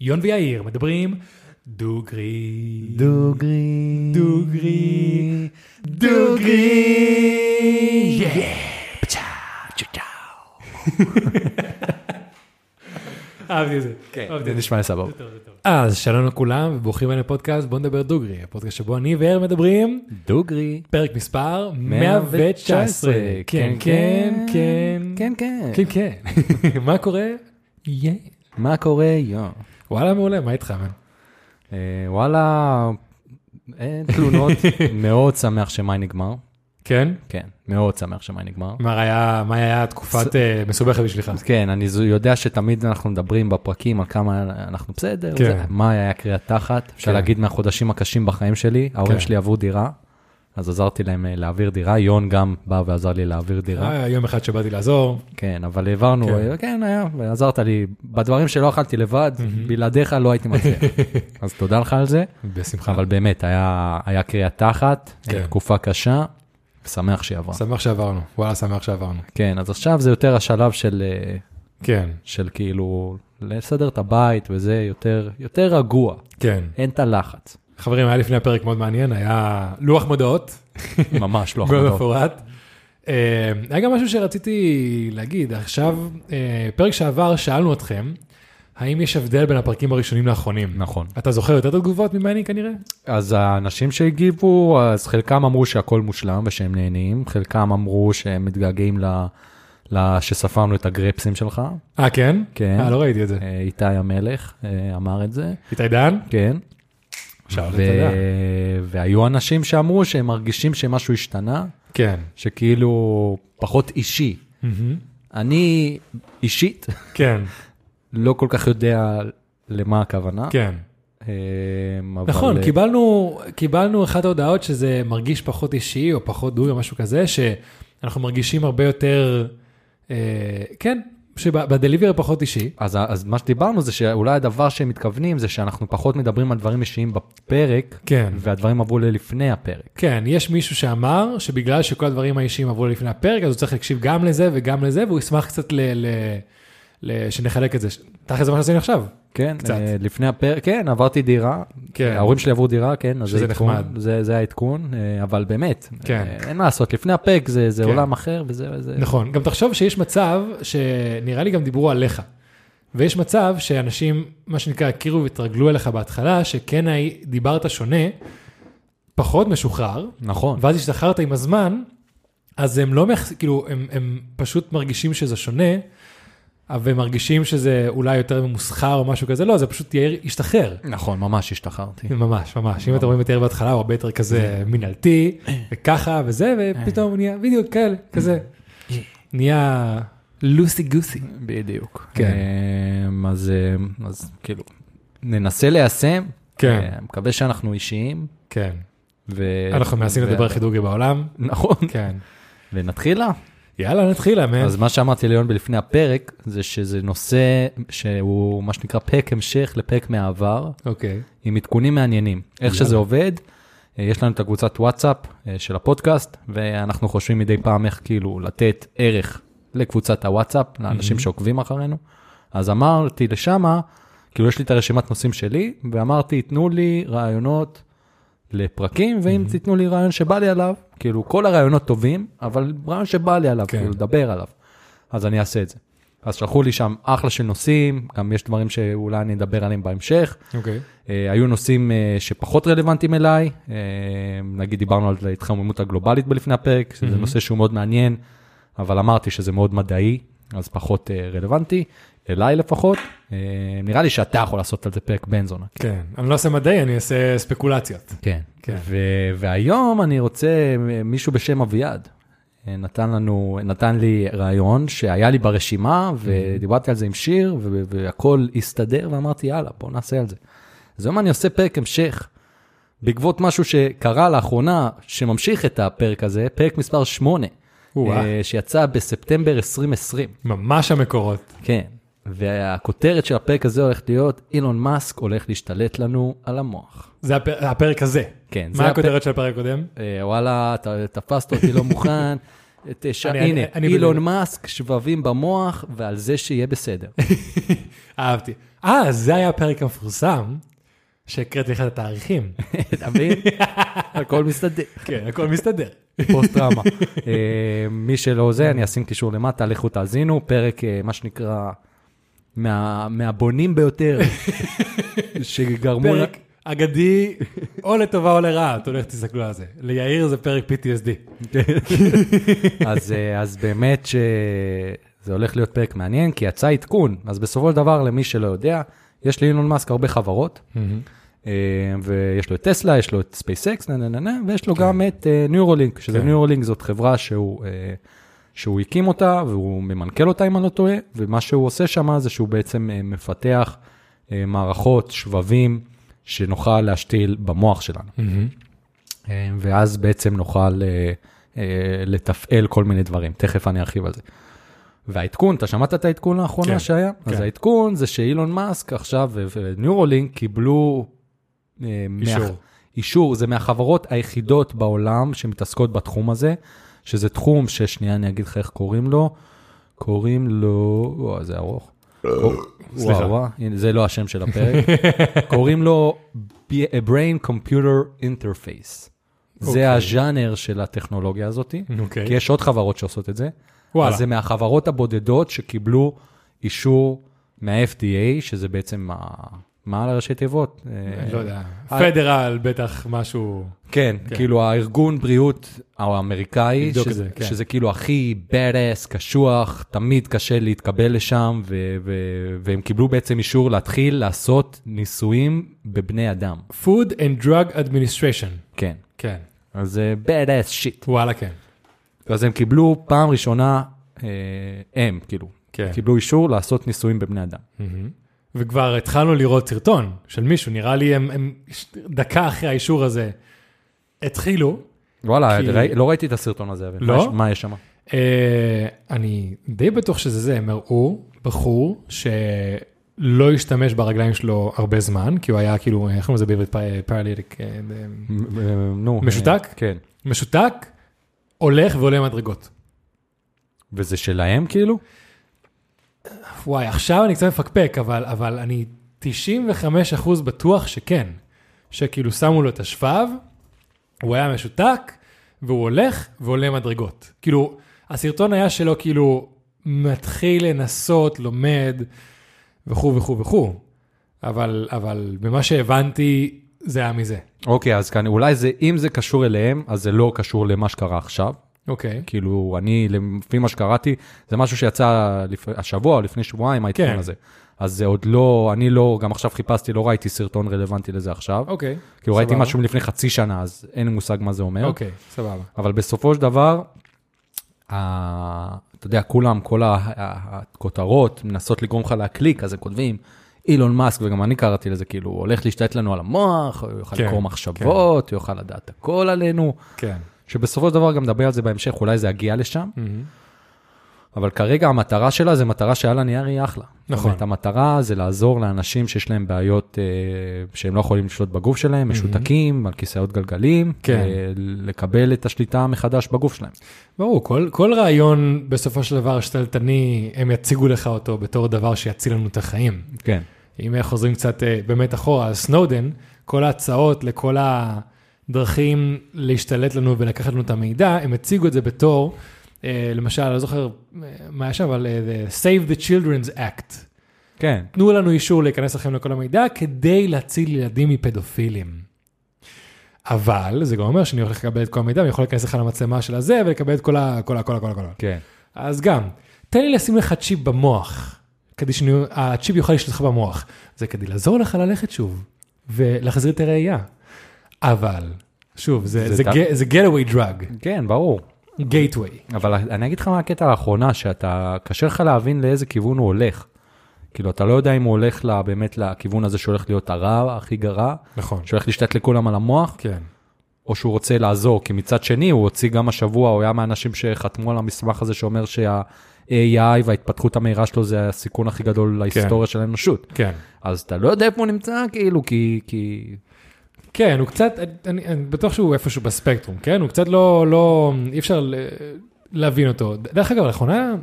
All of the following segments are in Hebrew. יון ויאיר מדברים דוגרי. דוגרי. דוגרי. דוגרי. יא, פצ'ה, צ'צ'או. אהבתי את זה. כן, אהבתי זה את זה. נשמע סבבה. זה טוב, זה טוב. אז שלום לכולם וברוכים אל הפודקאסט בוא נדבר דוגרי, הפודקאסט שבו אני ויאיר מדברים, דוגרי. פרק מספר 119. כן, כן, כן. כן, כן. כן, כן. מה קורה? יא. מה קורה, יו? וואלה מעולה, מה איתך? מן? אה, וואלה, אין תלונות. מאוד שמח שמאי נגמר. כן? כן, מאוד שמח שמאי נגמר. מה היה, מה היה תקופת אה, מסובכת בשבילך? אז כן, אני זו- יודע שתמיד אנחנו מדברים בפרקים על כמה אנחנו בסדר, כן. זה- מה היה קריאת תחת, אפשר כן. להגיד מהחודשים הקשים בחיים שלי, ההורים כן. שלי עברו דירה, אז עזרתי להם אה, להעביר דירה, יון גם בא ועזר לי להעביר דירה. היה יום אחד שבאתי לעזור, כן, אבל העברנו, כן. כן, כן היה, ועזרת לי, בדברים שלא אכלתי לבד, בלעדיך לא הייתי מצליח. אז תודה לך על זה, בשמחה. אבל באמת, היה, היה קריאה תחת, אה, כן. תקופה קשה, שמח שהיא עברה. שמח שעברנו, וואלה, שמח שעברנו. כן, אז עכשיו זה יותר השלב של, אה, כן, של כאילו, לסדר את הבית וזה, יותר, יותר רגוע, כן. אין את הלחץ, חברים, היה לפני הפרק מאוד מעניין, היה לוח מודעות, ממש לא מאוד חדור. מפורט. אה, היה גם משהו שרציתי להגיד, עכשיו, אה, פרק שעבר שאלנו אתכם, האם יש הבדל בין הפרקים הראשונים לאחרונים? נכון. אתה זוכר יותר את התגובות ממני כנראה? אז האנשים שהגיבו, אז חלקם אמרו שהכל מושלם ושהם נהנים, חלקם אמרו שהם מתגעגעים ל... ל... שספרנו את הגרפסים שלך, אה, כן? כן. אה, לא ראיתי את זה. אה, איתי המלך אה, אמר את זה, איתי דן? כן. שאול, ו... אתה יודע. והיו אנשים שאמרו שהם מרגישים שמשהו השתנה, כן. שכאילו פחות אישי. מהמם. אני אישית כן, לא כל כך יודע למה הכוונה. כן. אמ, אבל- נכון, קיבלנו, קיבלנו אחת ההודעות שזה מרגיש פחות אישי או פחות דוגרי או משהו כזה, שאנחנו מרגישים הרבה יותר, אה, כן, שבדליבר פחות אישי. אז, אז מה שדיברנו זה שאולי הדבר שהם מתכוונים זה שאנחנו פחות מדברים על דברים אישיים בפרק, כן. והדברים עברו ללפני הפרק. כן, יש מישהו שאמר שבגלל שכל הדברים האישיים עברו לפני הפרק, אז הוא צריך להקשיב גם לזה וגם לזה, והוא ישמח קצת ל... ל... ל... שנחלק את זה. ש- תכל'ס זה מה שעשינו עכשיו. כן, קצת. קצת. לפני הפרק, כן, עברתי דירה, כן. ההורים שלי עברו דירה, כן, אז שזה זה עדכון, נחמד. זה, זה העדכון, אה, אבל באמת, כן. אה, אין מה לעשות, לפני הפרק זה, זה כן. עולם אחר וזה, זה, נכון, גם תחשוב שיש מצב שנראה לי גם דיברו עליך. ויש מצב שאנשים, מה שנקרא, הכירו והתרגלו אליך בהתחלה, שכן הי- דיברת שונה, פחות משוחרר, נכון, ואז השתחררת עם הזמן, אז הם לא, מייחס- כאילו, הם, הם פשוט מרגישים שזה שונה, אבל הם מרגישים שזה אולי יותר ממוסחר או משהו כזה, לא, זה פשוט יאיר השתחרר. נכון, ממש השתחררתי. כן, ממש, ממש. אם אתם רואים את יאיר בהתחלה, הוא הרבה יותר כזה מינהלתי, וככה וזה, ופתאום הוא נהיה, בדיוק, כאלה, כזה. נהיה לוסי גוסי. בדיוק. כן. אה, אז, אה, אז כאילו, ננסה ליישם, כן. אה, מקווה שאנחנו אישיים, כן. ו... אנחנו מנסים ו- לדבר הכי דוגרי בעולם. נכון, כן. ונתחיל לה. יאללה, נתחיל, אמן. אז מה שאמרתי ליון בלפני הפרק, זה שזה נושא שהוא מה שנקרא פרק המשך לפרק מהעבר, אוקיי. עם עדכונים מעניינים. איך שזה עובד, אה, יש לנו את הקבוצת וואטסאפ אה, של הפודקאסט, ואנחנו חושבים מדי פעם איך כאילו לתת ערך לקבוצת הוואטסאפ, לאנשים שעוקבים אחרינו. אז אמרתי לשמה, כאילו יש לי את הרשימת נושאים שלי, ואמרתי, תנו לי רעיונות לפרקים, ואם תיתנו לי רעיון שבא לי עליו, כאילו כל הרעיונות טובים, אבל רעיון שבא לי עליו, כן. כאילו לדבר עליו, אז אני אעשה את זה. אז שלחו לי שם אחלה של נושאים, גם יש דברים שאולי אני אדבר עליהם בהמשך. אוקיי. אה, היו נושאים אה, שפחות רלוונטיים אליי, אה, נגיד דיברנו על ההתחממות הגלובלית בלפני הפרק, שזה נושא שהוא מאוד מעניין, אבל אמרתי שזה מאוד מדעי, אז פחות אה, רלוונטי, אליי לפחות. אה, נראה לי שאתה יכול לעשות על זה פרק בן זונה. כן. אני לא אעשה מדעי, אני אעשה ספקולציות. כן. כן. ו- והיום אני רוצה אה, מישהו בשם אביעד. אה, נתן לנו, נתן לי רעיון שהיה לי ברשימה, ודיברתי על זה עם שיר, ו- והכל הסתדר, ואמרתי, יאללה, בוא נעשה על זה. אז היום אני עושה פרק המשך, בעקבות משהו שקרה לאחרונה, שממשיך את הפרק הזה, פרק מספר 8, או-אה. אה, שיצא בספטמבר 2020. ממש המקורות. כן. והכותרת של הפרק הזה הולכת להיות, אילון מאסק הולך להשתלט לנו על המוח. זה הפר- הפרק הזה. כן, זה מה הפרק- הכותרת של הפרק הקודם? אה, וואלה, ת- תפסת אותי לא מוכן, את, ש... אני- הנה, אני- אני אילון בלב. מאסק, שבבים במוח, ועל זה שיהיה בסדר. אהבתי. אה, זה היה הפרק המפורסם, שהקראתי לך את התאריכים. אתה מבין? הכל מסתדר. כן, הכל מסתדר. פוסט טראומה. אה, מי שלא זה, אני אשים קישור למטה, לכו תאזינו, פרק, אה, מה שנקרא, מה- מהבונים ביותר, שגרמו... ל- פרק אגדי, או לטובה או לרעה, אתה הולך, תסתכלו על זה. ליאיר זה פרק PTSD. אז, אה, אז באמת שזה הולך להיות פרק מעניין, כי יצא עדכון. אז בסופו של דבר, למי שלא יודע, יש לאילון מאסק הרבה חברות, אה, ויש לו את טסלה, יש לו את ספייסקס, נה, נה, נה, נה, ויש לו גם את אה, ניורולינק, שזה כן. ניורולינק זאת חברה שהוא, אה, שהוא הקים אותה, והוא ממנכ"ל אותה, אם אני לא טועה, ומה שהוא עושה שם זה שהוא בעצם אה, מפתח אה, מערכות, שבבים, שנוכל להשתיל במוח שלנו. אה, ואז בעצם נוכל אה, אה, לתפעל כל מיני דברים, תכף אני ארחיב על זה. והעדכון, אתה שמעת את העדכון לאחרונה כן, שהיה? כן. אז העדכון זה שאילון מאסק עכשיו ו- וניורולינק קיבלו... אה, אישור. מה... אישור, זה מהחברות היחידות בעולם שמתעסקות בתחום הזה, שזה תחום ששנייה אני אגיד לך איך קוראים לו, קוראים לו, וואו, זה ארוך. סליחה. וואו, וואו, הנה, זה לא השם של הפרק. קוראים לו B- a Brain Computer Interface. אוקיי. זה הז'אנר של הטכנולוגיה הזאת, אוקיי. כי יש עוד חברות שעושות את זה. וואלה. אז זה מהחברות הבודדות שקיבלו אישור מה-FDA, שזה בעצם, ה- מה על הראשי תיבות? אני לא יודע. אה. פדרל בטח משהו. כן, כן. כאילו הארגון בריאות האמריקאי, לבדוק את שזה, זה, כן. שזה כאילו הכי badass, קשוח, תמיד קשה להתקבל לשם, ו- ו- והם קיבלו בעצם אישור להתחיל לעשות ניסויים בבני אדם. Food and Drug Administration. כן. כן. אז זה badass שיט. וואלה, כן. אז הם קיבלו פעם ראשונה, אה, הם כאילו, כן. קיבלו אישור לעשות ניסויים בבני אדם. Mm-hmm. וכבר התחלנו לראות סרטון של מישהו, נראה לי הם, הם ש- דקה אחרי האישור הזה התחילו. וואלה, כי- ראי, לא ראיתי את הסרטון הזה, אבל לא? מה יש- מה יש שם? אה, אני די בטוח שזה זה, הם הראו בחור שלא השתמש ברגליים שלו הרבה זמן, כי הוא היה כאילו, איך קוראים לזה בעברית פרליטיק, נו. משותק? אה, כן. אה, משותק, הולך ועולה מדרגות. וזה שלהם כאילו? וואי, עכשיו אני קצת מפקפק, אבל, אבל אני 95% בטוח שכן. שכאילו שמו לו את השבב, הוא היה משותק, והוא הולך ועולה מדרגות. כאילו, הסרטון היה שלו כאילו מתחיל לנסות, לומד, וכו' וכו' וכו', אבל, אבל ממה שהבנתי, זה היה מזה. אוקיי, אז כאן, אולי זה, אם זה קשור אליהם, אז זה לא קשור למה שקרה עכשיו. אוקיי. כאילו, אני, לפי מה שקראתי, זה משהו שיצא לפ... השבוע או לפני שבועיים, העדכון כן. הזה. אז זה עוד לא, אני לא, גם עכשיו חיפשתי, לא ראיתי סרטון רלוונטי לזה עכשיו. אוקיי. כאילו, ראיתי סבבה. משהו מלפני חצי שנה, אז אין לי מושג מה זה אומר. אוקיי, סבבה. אבל בסופו של דבר, ה- אתה יודע, כולם, כל ה- ה- הכותרות מנסות לגרום לך להקליק, אז הם כותבים, אילון מאסק, וגם אני קראתי לזה, כאילו, הוא הולך להשתלט לנו על המוח, הוא יוכל כן, לקרוא מחשבות, הוא יוכל לדעת הכל עלינו, כן. שבסופו של דבר גם נדבר על זה בהמשך, אולי זה יגיע לשם, אבל כרגע המטרה שלה זה מטרה שעל הנייר היא אחלה. נכון. זאת אומרת, המטרה זה לעזור לאנשים שיש להם בעיות אה, שהם לא יכולים לשלוט בגוף שלהם, משותקים, על כיסאות גלגלים, כן. אה, לקבל את השליטה מחדש בגוף שלהם. ברור, כל, כל רעיון בסופו של דבר שתלטני, הם יציגו לך אותו בתור דבר שיציל לנו את החיים. כן. אם חוזרים קצת אה, באמת אחורה, אז סנודן, כל ההצעות לכל הדרכים להשתלט לנו ולקחת לנו את המידע, הם הציגו את זה בתור, אה, למשל, אני לא זוכר אה, מה היה שם, אבל אה, the Save the Children's Act. כן. תנו לנו אישור להיכנס לכם לכל המידע כדי להציל ילדים מפדופילים. אבל זה גם אומר שאני הולך לקבל את כל המידע, ואני יכול להיכנס לך למצלמה של הזה ולקבל את כל ה... כל ה... כל ה... כל ה... כל ה... כן. אז גם, תן לי לשים לך צ'יפ במוח, כדי שהצ'יפ יוכל לשלוט לך במוח. זה כדי לעזור לך ללכת שוב, ולהחזיר את הראייה. אבל, שוב, זה, זה זה, ת- ג- זה getaway drug, כן, ברור. gateway. אבל אני אגיד לך מה הקטע לאחרונה, שאתה, קשה לך להבין לאיזה כיוון הוא הולך. כאילו, אתה לא יודע אם הוא הולך לה, באמת לכיוון הזה שהולך להיות הרע, הכי גרע, נכון. שהולך להשתלט לכולם על המוח, כן. או שהוא רוצה לעזור, כי מצד שני, הוא הוציא גם השבוע, הוא היה מהאנשים שחתמו על המסמך הזה שאומר שה-AI וההתפתחות המהירה שלו זה הסיכון הכי גדול להיסטוריה של האנושות. כן. אז אתה לא יודע איפה הוא נמצא, כאילו, כי... כי... כן, הוא קצת, אני, אני בטוח שהוא איפשהו בספקטרום, כן? הוא קצת לא, לא, אי אפשר, ל- להבין אותו. ד- דרך אגב, לאחרונה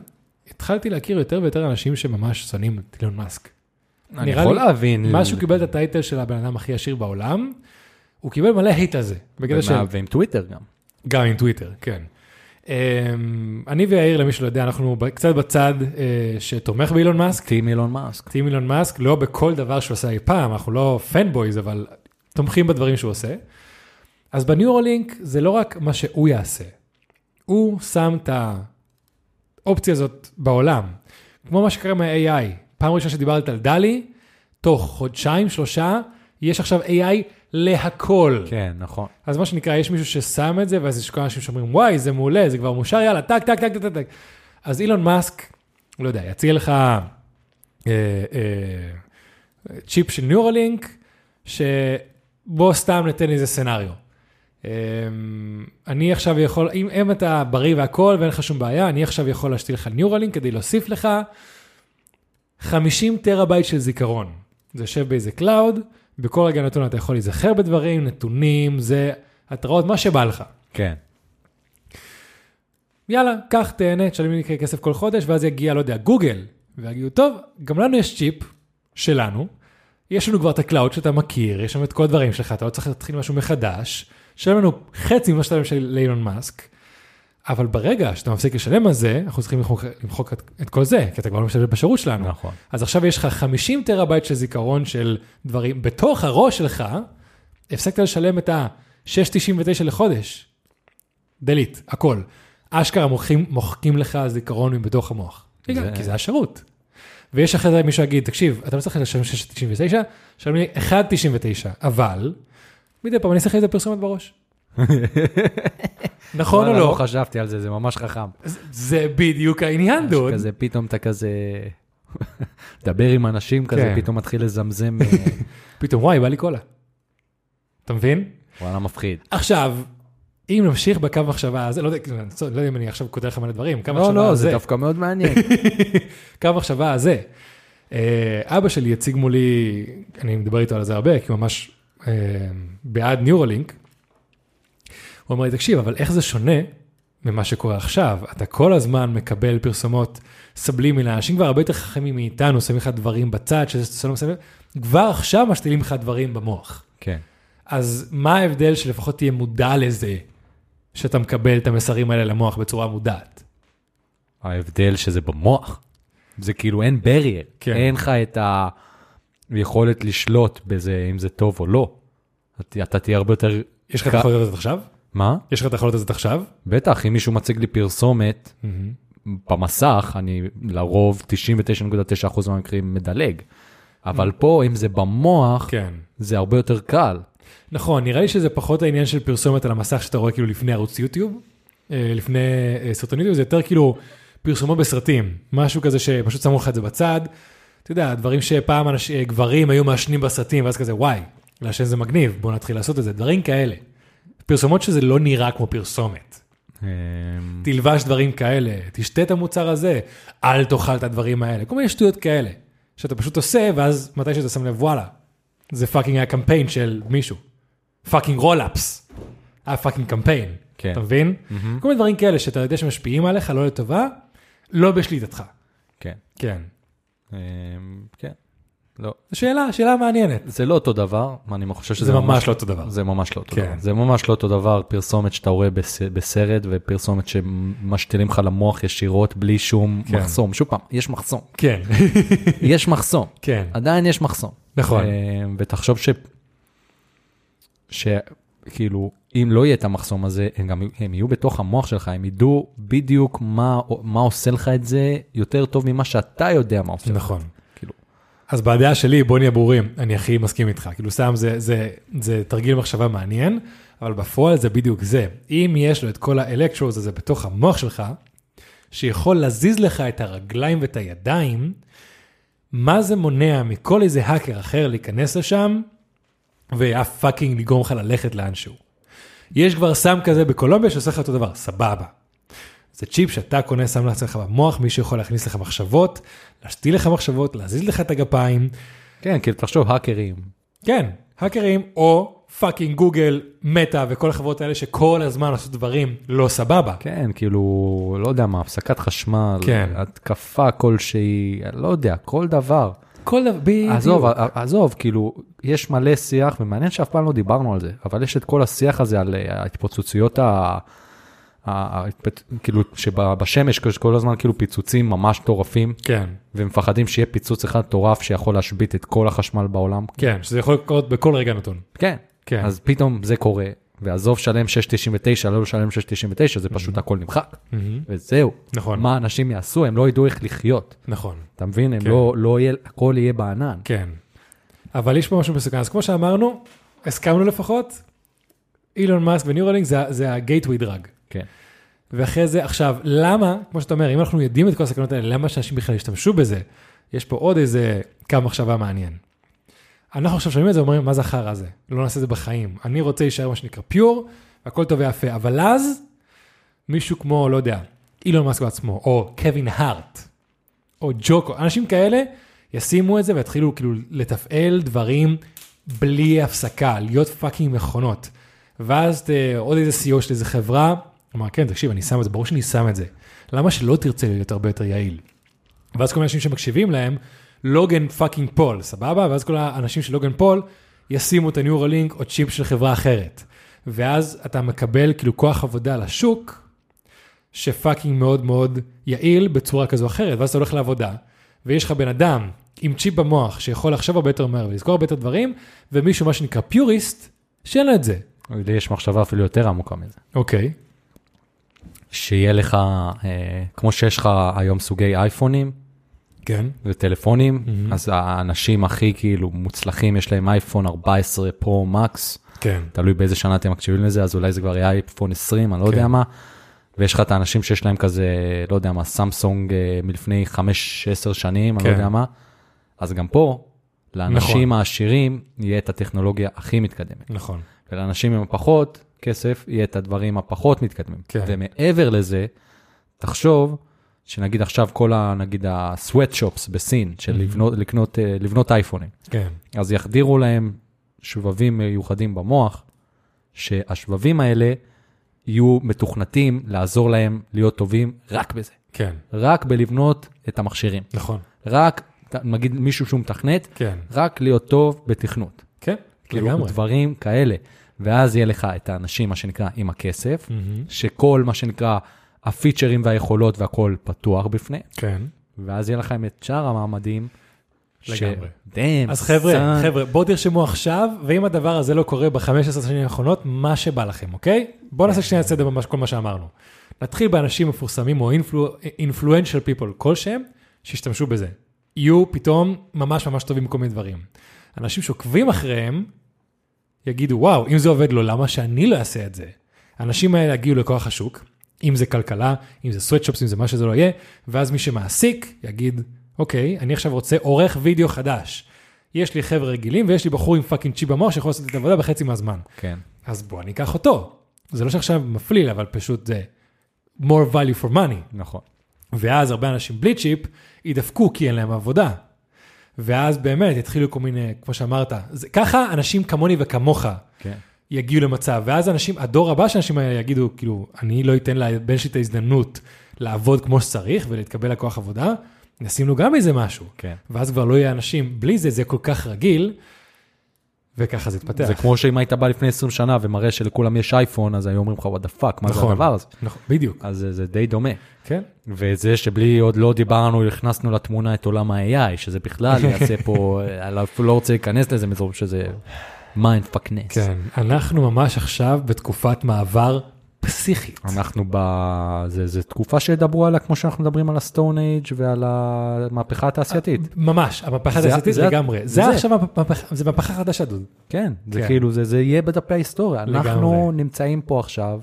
התחלתי להכיר יותר ויותר אנשים שממש שונאים את אילון מאסק. אני נראה יכול לי להבין. מאז שהוא קיבל את הטייטל של הבן אדם הכי עשיר בעולם, הוא קיבל מלא היט על זה. בקטע של... ומה- ועם טוויטר גם. גם עם טוויטר, כן. אמ, אני ויאיר, למי שלא יודע, אנחנו ב- קצת בצד אה, שתומך באילון מאסק. טים אילון מאסק. טים אילון מאסק, לא בכל דבר שהוא עשה אי פעם, אנחנו לא פנבויז, אבל תומכים בדברים שהוא עושה. אז בניורלינק זה לא רק מה שהוא יעשה, הוא שם את האופציה הזאת בעולם, כמו מה שקרה מה-AI. פעם ראשונה שדיברת על דלי, תוך חודשיים, שלושה, יש עכשיו AI להכל. כן, נכון. אז מה שנקרא, יש מישהו ששם את זה, ואז יש כל האנשים שאומרים, וואי, זה מעולה, זה כבר מאושר, יאללה, טק, טק, טק, טק, טק. אז אילון מאסק, לא יודע, יציע לך אה, אה, צ'יפ של ניורלינק, שבוא סתם ניתן איזה סצנריו. אה, אני עכשיו יכול, אם, אם אתה בריא והכול ואין לך שום בעיה, אני עכשיו יכול להשתיל לך ניורלינק כדי להוסיף לך 50 טראבייט של זיכרון. זה יושב באיזה קלאוד, בכל רגע נתון אתה יכול להיזכר בדברים, נתונים, זה התראות, מה שבא לך. כן. יאללה, קח, תהנה, תשלם לי כסף כל חודש, ואז יגיע, לא יודע, גוגל, ויגידו, טוב, גם לנו יש צ'יפ, שלנו, יש לנו כבר את הקלאוד שאתה מכיר, יש שם את כל הדברים שלך, אתה לא צריך להתחיל משהו מחדש, שלם לנו חצי ממה שאתה משלם לאילון מאסק, אבל ברגע שאתה מפסיק לשלם על זה, אנחנו צריכים למחוק, למחוק את, את כל זה, כי אתה כבר לא משלם בשירות שלנו. נכון. אז עכשיו יש לך 50 טראבייט של זיכרון של דברים, בתוך הראש שלך, הפסקת לשלם את ה-6.99 לחודש. דליט, הכל. אשכרה מוחקים, מוחקים לך זיכרון מבתוך המוח. רגע, זה- כי זה השירות. ויש אחרי זה מישהו יגיד, תקשיב, אתה לא צריך לשלם 6.99, שלם לי 1.99, אבל מדי פעם אני אעשה לך איזה פרסומת בראש. נכון או וואלה, לא? חשבתי על זה, זה ממש חכם. זה- זה בדיוק העניין, דוד. כזה פתאום אתה כזה... דבר עם אנשים כזה, כן. פתאום מתחיל לזמזם, אה, פתאום, וואי, בא לי קולה. אתה מבין? וואלה מפחיד. עכשיו, אם נמשיך בקו המחשבה הזה, לא יודע, כאילו, אני לא יודע אם אני עכשיו קוטע לך מלא דברים, קו לא, המחשבה לא, זה הזה, דווקא מאוד מעניין. קו המחשבה הזה. אה, אבא שלי הציג מולי, אני מדבר איתו על זה הרבה, כי הוא ממש אה, בעד ניורלינק. הוא אמר לי, תקשיב, אבל איך זה שונה ממה שקורה עכשיו? אתה כל הזמן מקבל פרסומות סבלימין, אנשים כבר הרבה יותר חכמים מאיתנו, שמים לך דברים בצד, שזה לא מסתכל, כבר עכשיו משתילים לך דברים במוח. כן. אז מה ההבדל שלפחות תהיה מודע לזה שאתה מקבל את המסרים האלה למוח בצורה מודעת? ההבדל שזה במוח. זה כאילו אין barrier, כן. כן. אין לך את היכולת לשלוט בזה, אם זה טוב או לא. אתה, אתה תהיה הרבה יותר... יש לך את היכולת הזאת עכשיו? מה? יש לך את היכולת הזאת עכשיו? בטח, אם מישהו מציג לי פרסומת במסך, אני לרוב 99.9% מהמקרים מדלג. אבל פה, אם זה במוח, כן. זה הרבה יותר קל. נכון, נראה לי שזה פחות העניין של פרסומת על המסך שאתה רואה כאילו לפני ערוץ יוטיוב, אה, לפני אה, סרטון יוטיוב, זה יותר כאילו פרסומות בסרטים, משהו כזה שפשוט שמו לך את זה בצד. אתה יודע, דברים שפעם אנש... אה, גברים היו מעשנים בסרטים, ואז כזה, וואי, לעשן זה מגניב, בוא נתחיל לעשות את זה, דברים כאלה. פרסומות שזה לא נראה כמו פרסומת. אמ, תלבש דברים כאלה, תשתה את המוצר הזה, אל תאכל את הדברים האלה, כל מיני שטויות כאלה, שאתה פשוט עושה, ואז מתי שאתה שם לב, וואלה, זה פאקינג היה קמפיין של מישהו. פאקינג רולאפס, היה פאקינג קמפיין, כן. אתה מבין? כל מיני דברים כאלה שאתה יודע שמשפיעים עליך, לא לטובה, לא בשליטתך. כן. כן. אמ, כן. לא. זו שאלה, שאלה מעניינת. זה לא אותו דבר, אני חושב שזה זה ממש לא אותו דבר. זה ממש לא אותו כן. דבר. זה ממש לא אותו דבר, פרסומת שאתה רואה בס- בסרט ופרסומת שמשתילים לך למוח ישירות בלי שום כן. מחסום. שוב פעם, יש מחסום. כן, יש מחסום. כן, עדיין יש מחסום. נכון. אה, ותחשוב ש... שכאילו, אם לא יהיה את המחסום הזה, הם גם הם יהיו בתוך המוח שלך, הם ידעו בדיוק מה, מה עושה לך את זה יותר טוב ממה שאתה יודע מה עושה. לך. נכון. כאילו, אז בדעה שלי, בוא נהיה ברורים, אני הכי מסכים איתך. כאילו, סתם זה, זה, זה תרגיל מחשבה מעניין, אבל בפועל זה בדיוק זה. אם יש לו את כל האלקטרוז הזה בתוך המוח שלך, שיכול להזיז לך את הרגליים ואת הידיים, מה זה מונע מכל איזה האקר אחר להיכנס לשם, ואף פאקינג לגרום לך ללכת לאנשהו. יש כבר סם כזה בקולומביה שעושה לך אותו דבר, סבבה. זה צ'יפ שאתה קונה, שם לעצמך במוח, מישהו יכול להכניס לך מחשבות, להשתיל לך מחשבות, להזיז לך את הגפיים. כן, כאילו, תחשוב, האקרים. כן, האקרים, או פאקינג גוגל, מטא וכל החברות האלה שכל הזמן עושות דברים לא סבבה. כן, כאילו, לא יודע מה, הפסקת חשמל, כן. התקפה כלשהי, לא יודע, כל דבר. כל דבר, בדיוק. עזוב, אה. ע- עזוב, כאילו, יש מלא שיח, ומעניין שאף פעם לא דיברנו על זה, אבל יש את כל השיח הזה על אה, ההתפוצצויות, ה... ה... ההתפ- כאילו, שבשמש יש כל הזמן כאילו פיצוצים ממש מטורפים, כן, ומפחדים שיהיה פיצוץ אחד מטורף שיכול להשבית את כל החשמל בעולם. כן, שזה יכול לקרות בכל רגע נתון. כן, כן. אז פתאום זה קורה, ועזוב שלם 6.99, לא לשלם 6.99, זה פשוט הכל נמחק, וזהו. Mm-hmm. נכון. מה אנשים יעשו, הם לא ידעו איך לחיות. נכון, אתה מבין? הם כן. לא, לא יהיה, הכל יהיה בענן. כן. אבל יש פה משהו מסוכן, אז כמו שאמרנו, הסכמנו לפחות, אילון מאסק וניורלינג זה, ה- זה הגייטווי דרג. כן. ואחרי זה, עכשיו, למה, כמו שאתה אומר, אם אנחנו יודעים את כל הסכנות האלה, למה שאנשים בכלל ישתמשו בזה? יש פה עוד איזה קו מחשבה מעניין. אנחנו עכשיו שומעים את זה, אומרים, מה זה החרא הזה? לא נעשה את זה בחיים. אני רוצה להישאר מה שנקרא פיור, הכל טוב ויפה, אבל אז, מישהו כמו, לא יודע, אילון מאסק בעצמו, או קווין הארט, או ג'וקו, אנשים כאלה, ישימו את זה ויתחילו כאילו לתפעל דברים בלי הפסקה, להיות פאקינג מכונות. ואז ת, עוד איזה CEO של איזה חברה, אמר, כן, תקשיב, אני שם את זה, ברור שאני שם את זה. למה שלא תרצה להיות הרבה יותר יעיל? ואז כל מיני אנשים שמקשיבים להם, לוגן פאקינג פול, סבבה? ואז כל האנשים של לוגן פול ישימו את ה-Neuralink או צ'יפ של חברה אחרת. ואז אתה מקבל כאילו כוח עבודה לשוק, שפאקינג מאוד מאוד יעיל בצורה כזו או אחרת, ואז אתה הולך לעבודה, ויש לך בן אדם עם צ'יפ במוח שיכול לחשוב הרבה יותר מהר ולזכור הרבה יותר דברים, ומישהו, מה שנקרא פיוריסט, שאין לו את זה. לי יש מחשבה אפילו יותר עמוקה מזה. אוקיי. שיהיה לך, אה, כמו שיש לך היום סוגי אייפונים כן. וטלפונים, מהמם. אז האנשים הכי כאילו מוצלחים, יש להם אייפון 14 פרו מקס, כן. תלוי באיזה שנה אתם מקשיבים לזה, אז אולי זה כבר יהיה אייפון 20, אני לא כן. יודע מה. ויש לך את האנשים שיש להם כזה, לא יודע מה, סמסונג אה, מלפני 5-10 שנים, אני לא כן. יודע מה. אז גם פה, לאנשים נכון. העשירים יהיה את הטכנולוגיה הכי מתקדמת. נכון. ולאנשים עם פחות כסף, יהיה את הדברים הפחות מתקדמים. כן. ומעבר לזה, תחשוב שנגיד עכשיו כל ה... נגיד ה-sweatshops בסין, של לבנות, לקנות, אה, לבנות אייפונים, כן. אז יחדירו להם שבבים מיוחדים במוח, שהשבבים האלה יהיו מתוכנתים לעזור להם להיות טובים רק בזה. כן. רק בלבנות את המכשירים. נכון. רק, ת- נגיד מישהו שהוא מתכנת, כן. רק להיות טוב בתכנות. כן. כאילו לגמרי. דברים כאלה. ואז יהיה לך את האנשים, מה שנקרא, עם הכסף, מהמם. שכל מה שנקרא הפיצ'רים והיכולות והכול פתוח בפניהם, כן. ואז יהיה לכם את שאר המעמדים. לגמרי. דאם, אז חבר'ה, חבר'ה, בואו תרשמו עכשיו, ואם הדבר הזה לא קורה ב-15 שנים האחרונות, מה שבא לכם, אוקיי? בואו נעשה שנייה סדר במה- כל מה שאמרנו. נתחיל באנשים מפורסמים או אינפלואנשל פיפול כלשהם, שישתמשו בזה. יהיו פתאום ממש ממש טובים בכל מיני דברים. אנשים שעוקבים אחריהם, יגידו, וואו, אם זה עובד לו, למה שאני לא אעשה את זה? האנשים האלה יגיעו לכוח השוק, אם זה כלכלה, אם זה סוואטשופס, אם זה מה שזה לא יהיה, ואז מי שמעסיק יגיד, אוקיי, אני עכשיו רוצה עורך וידאו חדש. יש לי חבר'ה רגילים ויש לי בחור עם פאקינג צ'יפ במוח שיכול לעשות את העבודה בחצי מהזמן. כן. אז בוא, אני אקח אותו. זה לא שעכשיו מפליל, אבל פשוט זה more value for money. נכון. ואז הרבה אנשים בלי צ'יפ ידפקו כי אין להם עבודה. ואז באמת יתחילו כל מיני, כמו שאמרת, זה, ככה אנשים כמוני וכמוך כן. יגיעו למצב, ואז אנשים, הדור הבא של האנשים האלה יגידו, כאילו, אני לא אתן לבן שלי את ההזדמנות לעבוד כמו שצריך ולהתקבל לכוח עבודה, נשים לו גם איזה משהו. כן. ואז כבר לא יהיה אנשים בלי זה, זה כל כך רגיל, וככה זה יתפתח. זה כמו שאם היית בא לפני 20 שנה ומראה שלכולם יש אייפון, אז היו אומרים לך, וואט דה פאק, מה זה נכון, הדבר הזה? נכון, בדיוק, אז זה- זה די דומה. כן. וזה שבלי, עוד לא דיברנו, הכנסנו לתמונה את עולם ה-AI, שזה בכלל יעשה פה, אני אפילו לא רוצה להיכנס לזה, מזרום שזה מיינד פאקנס. כן, אנחנו ממש עכשיו בתקופת מעבר פסיכית. אנחנו ב... זה, זה תקופה שידברו עליה כמו שאנחנו מדברים על הסטון אייג' ועל המהפכה התעשייתית. ממש, המהפכה אה. זה- התעשייתית זה- לגמרי. זה. זה עכשיו המהפכה- זה מהפכה חדשה, דוד. כן, זה כן. כאילו, זה, זה יהיה בדפי ההיסטוריה. לגמרי. אנחנו נמצאים פה עכשיו,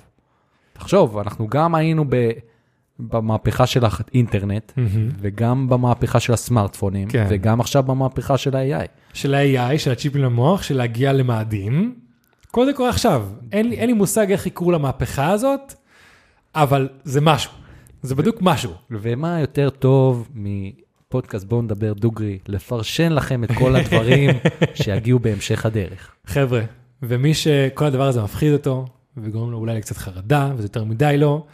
תחשוב, אנחנו גם היינו ב... במהפכה של האינטרנט, וגם במהפכה של הסמארטפונים, כן. וגם עכשיו במהפכה של ה-AI. של ה-AI, של הצ'יפים למוח, של להגיע למאדים. כל זה קורה עכשיו. אין לי, אין לי מושג איך יקראו למהפכה הזאת, אבל זה משהו. זה בדיוק משהו. ומה יותר טוב מ... פודקאסט בואו נדבר דוגרי, לפרשן לכם את כל הדברים שיגיעו בהמשך הדרך. חבר'ה, ומי שכל הדבר הזה מפחיד אותו, וגורם לו אולי לקצת חרדה, וזה יותר מדי לו,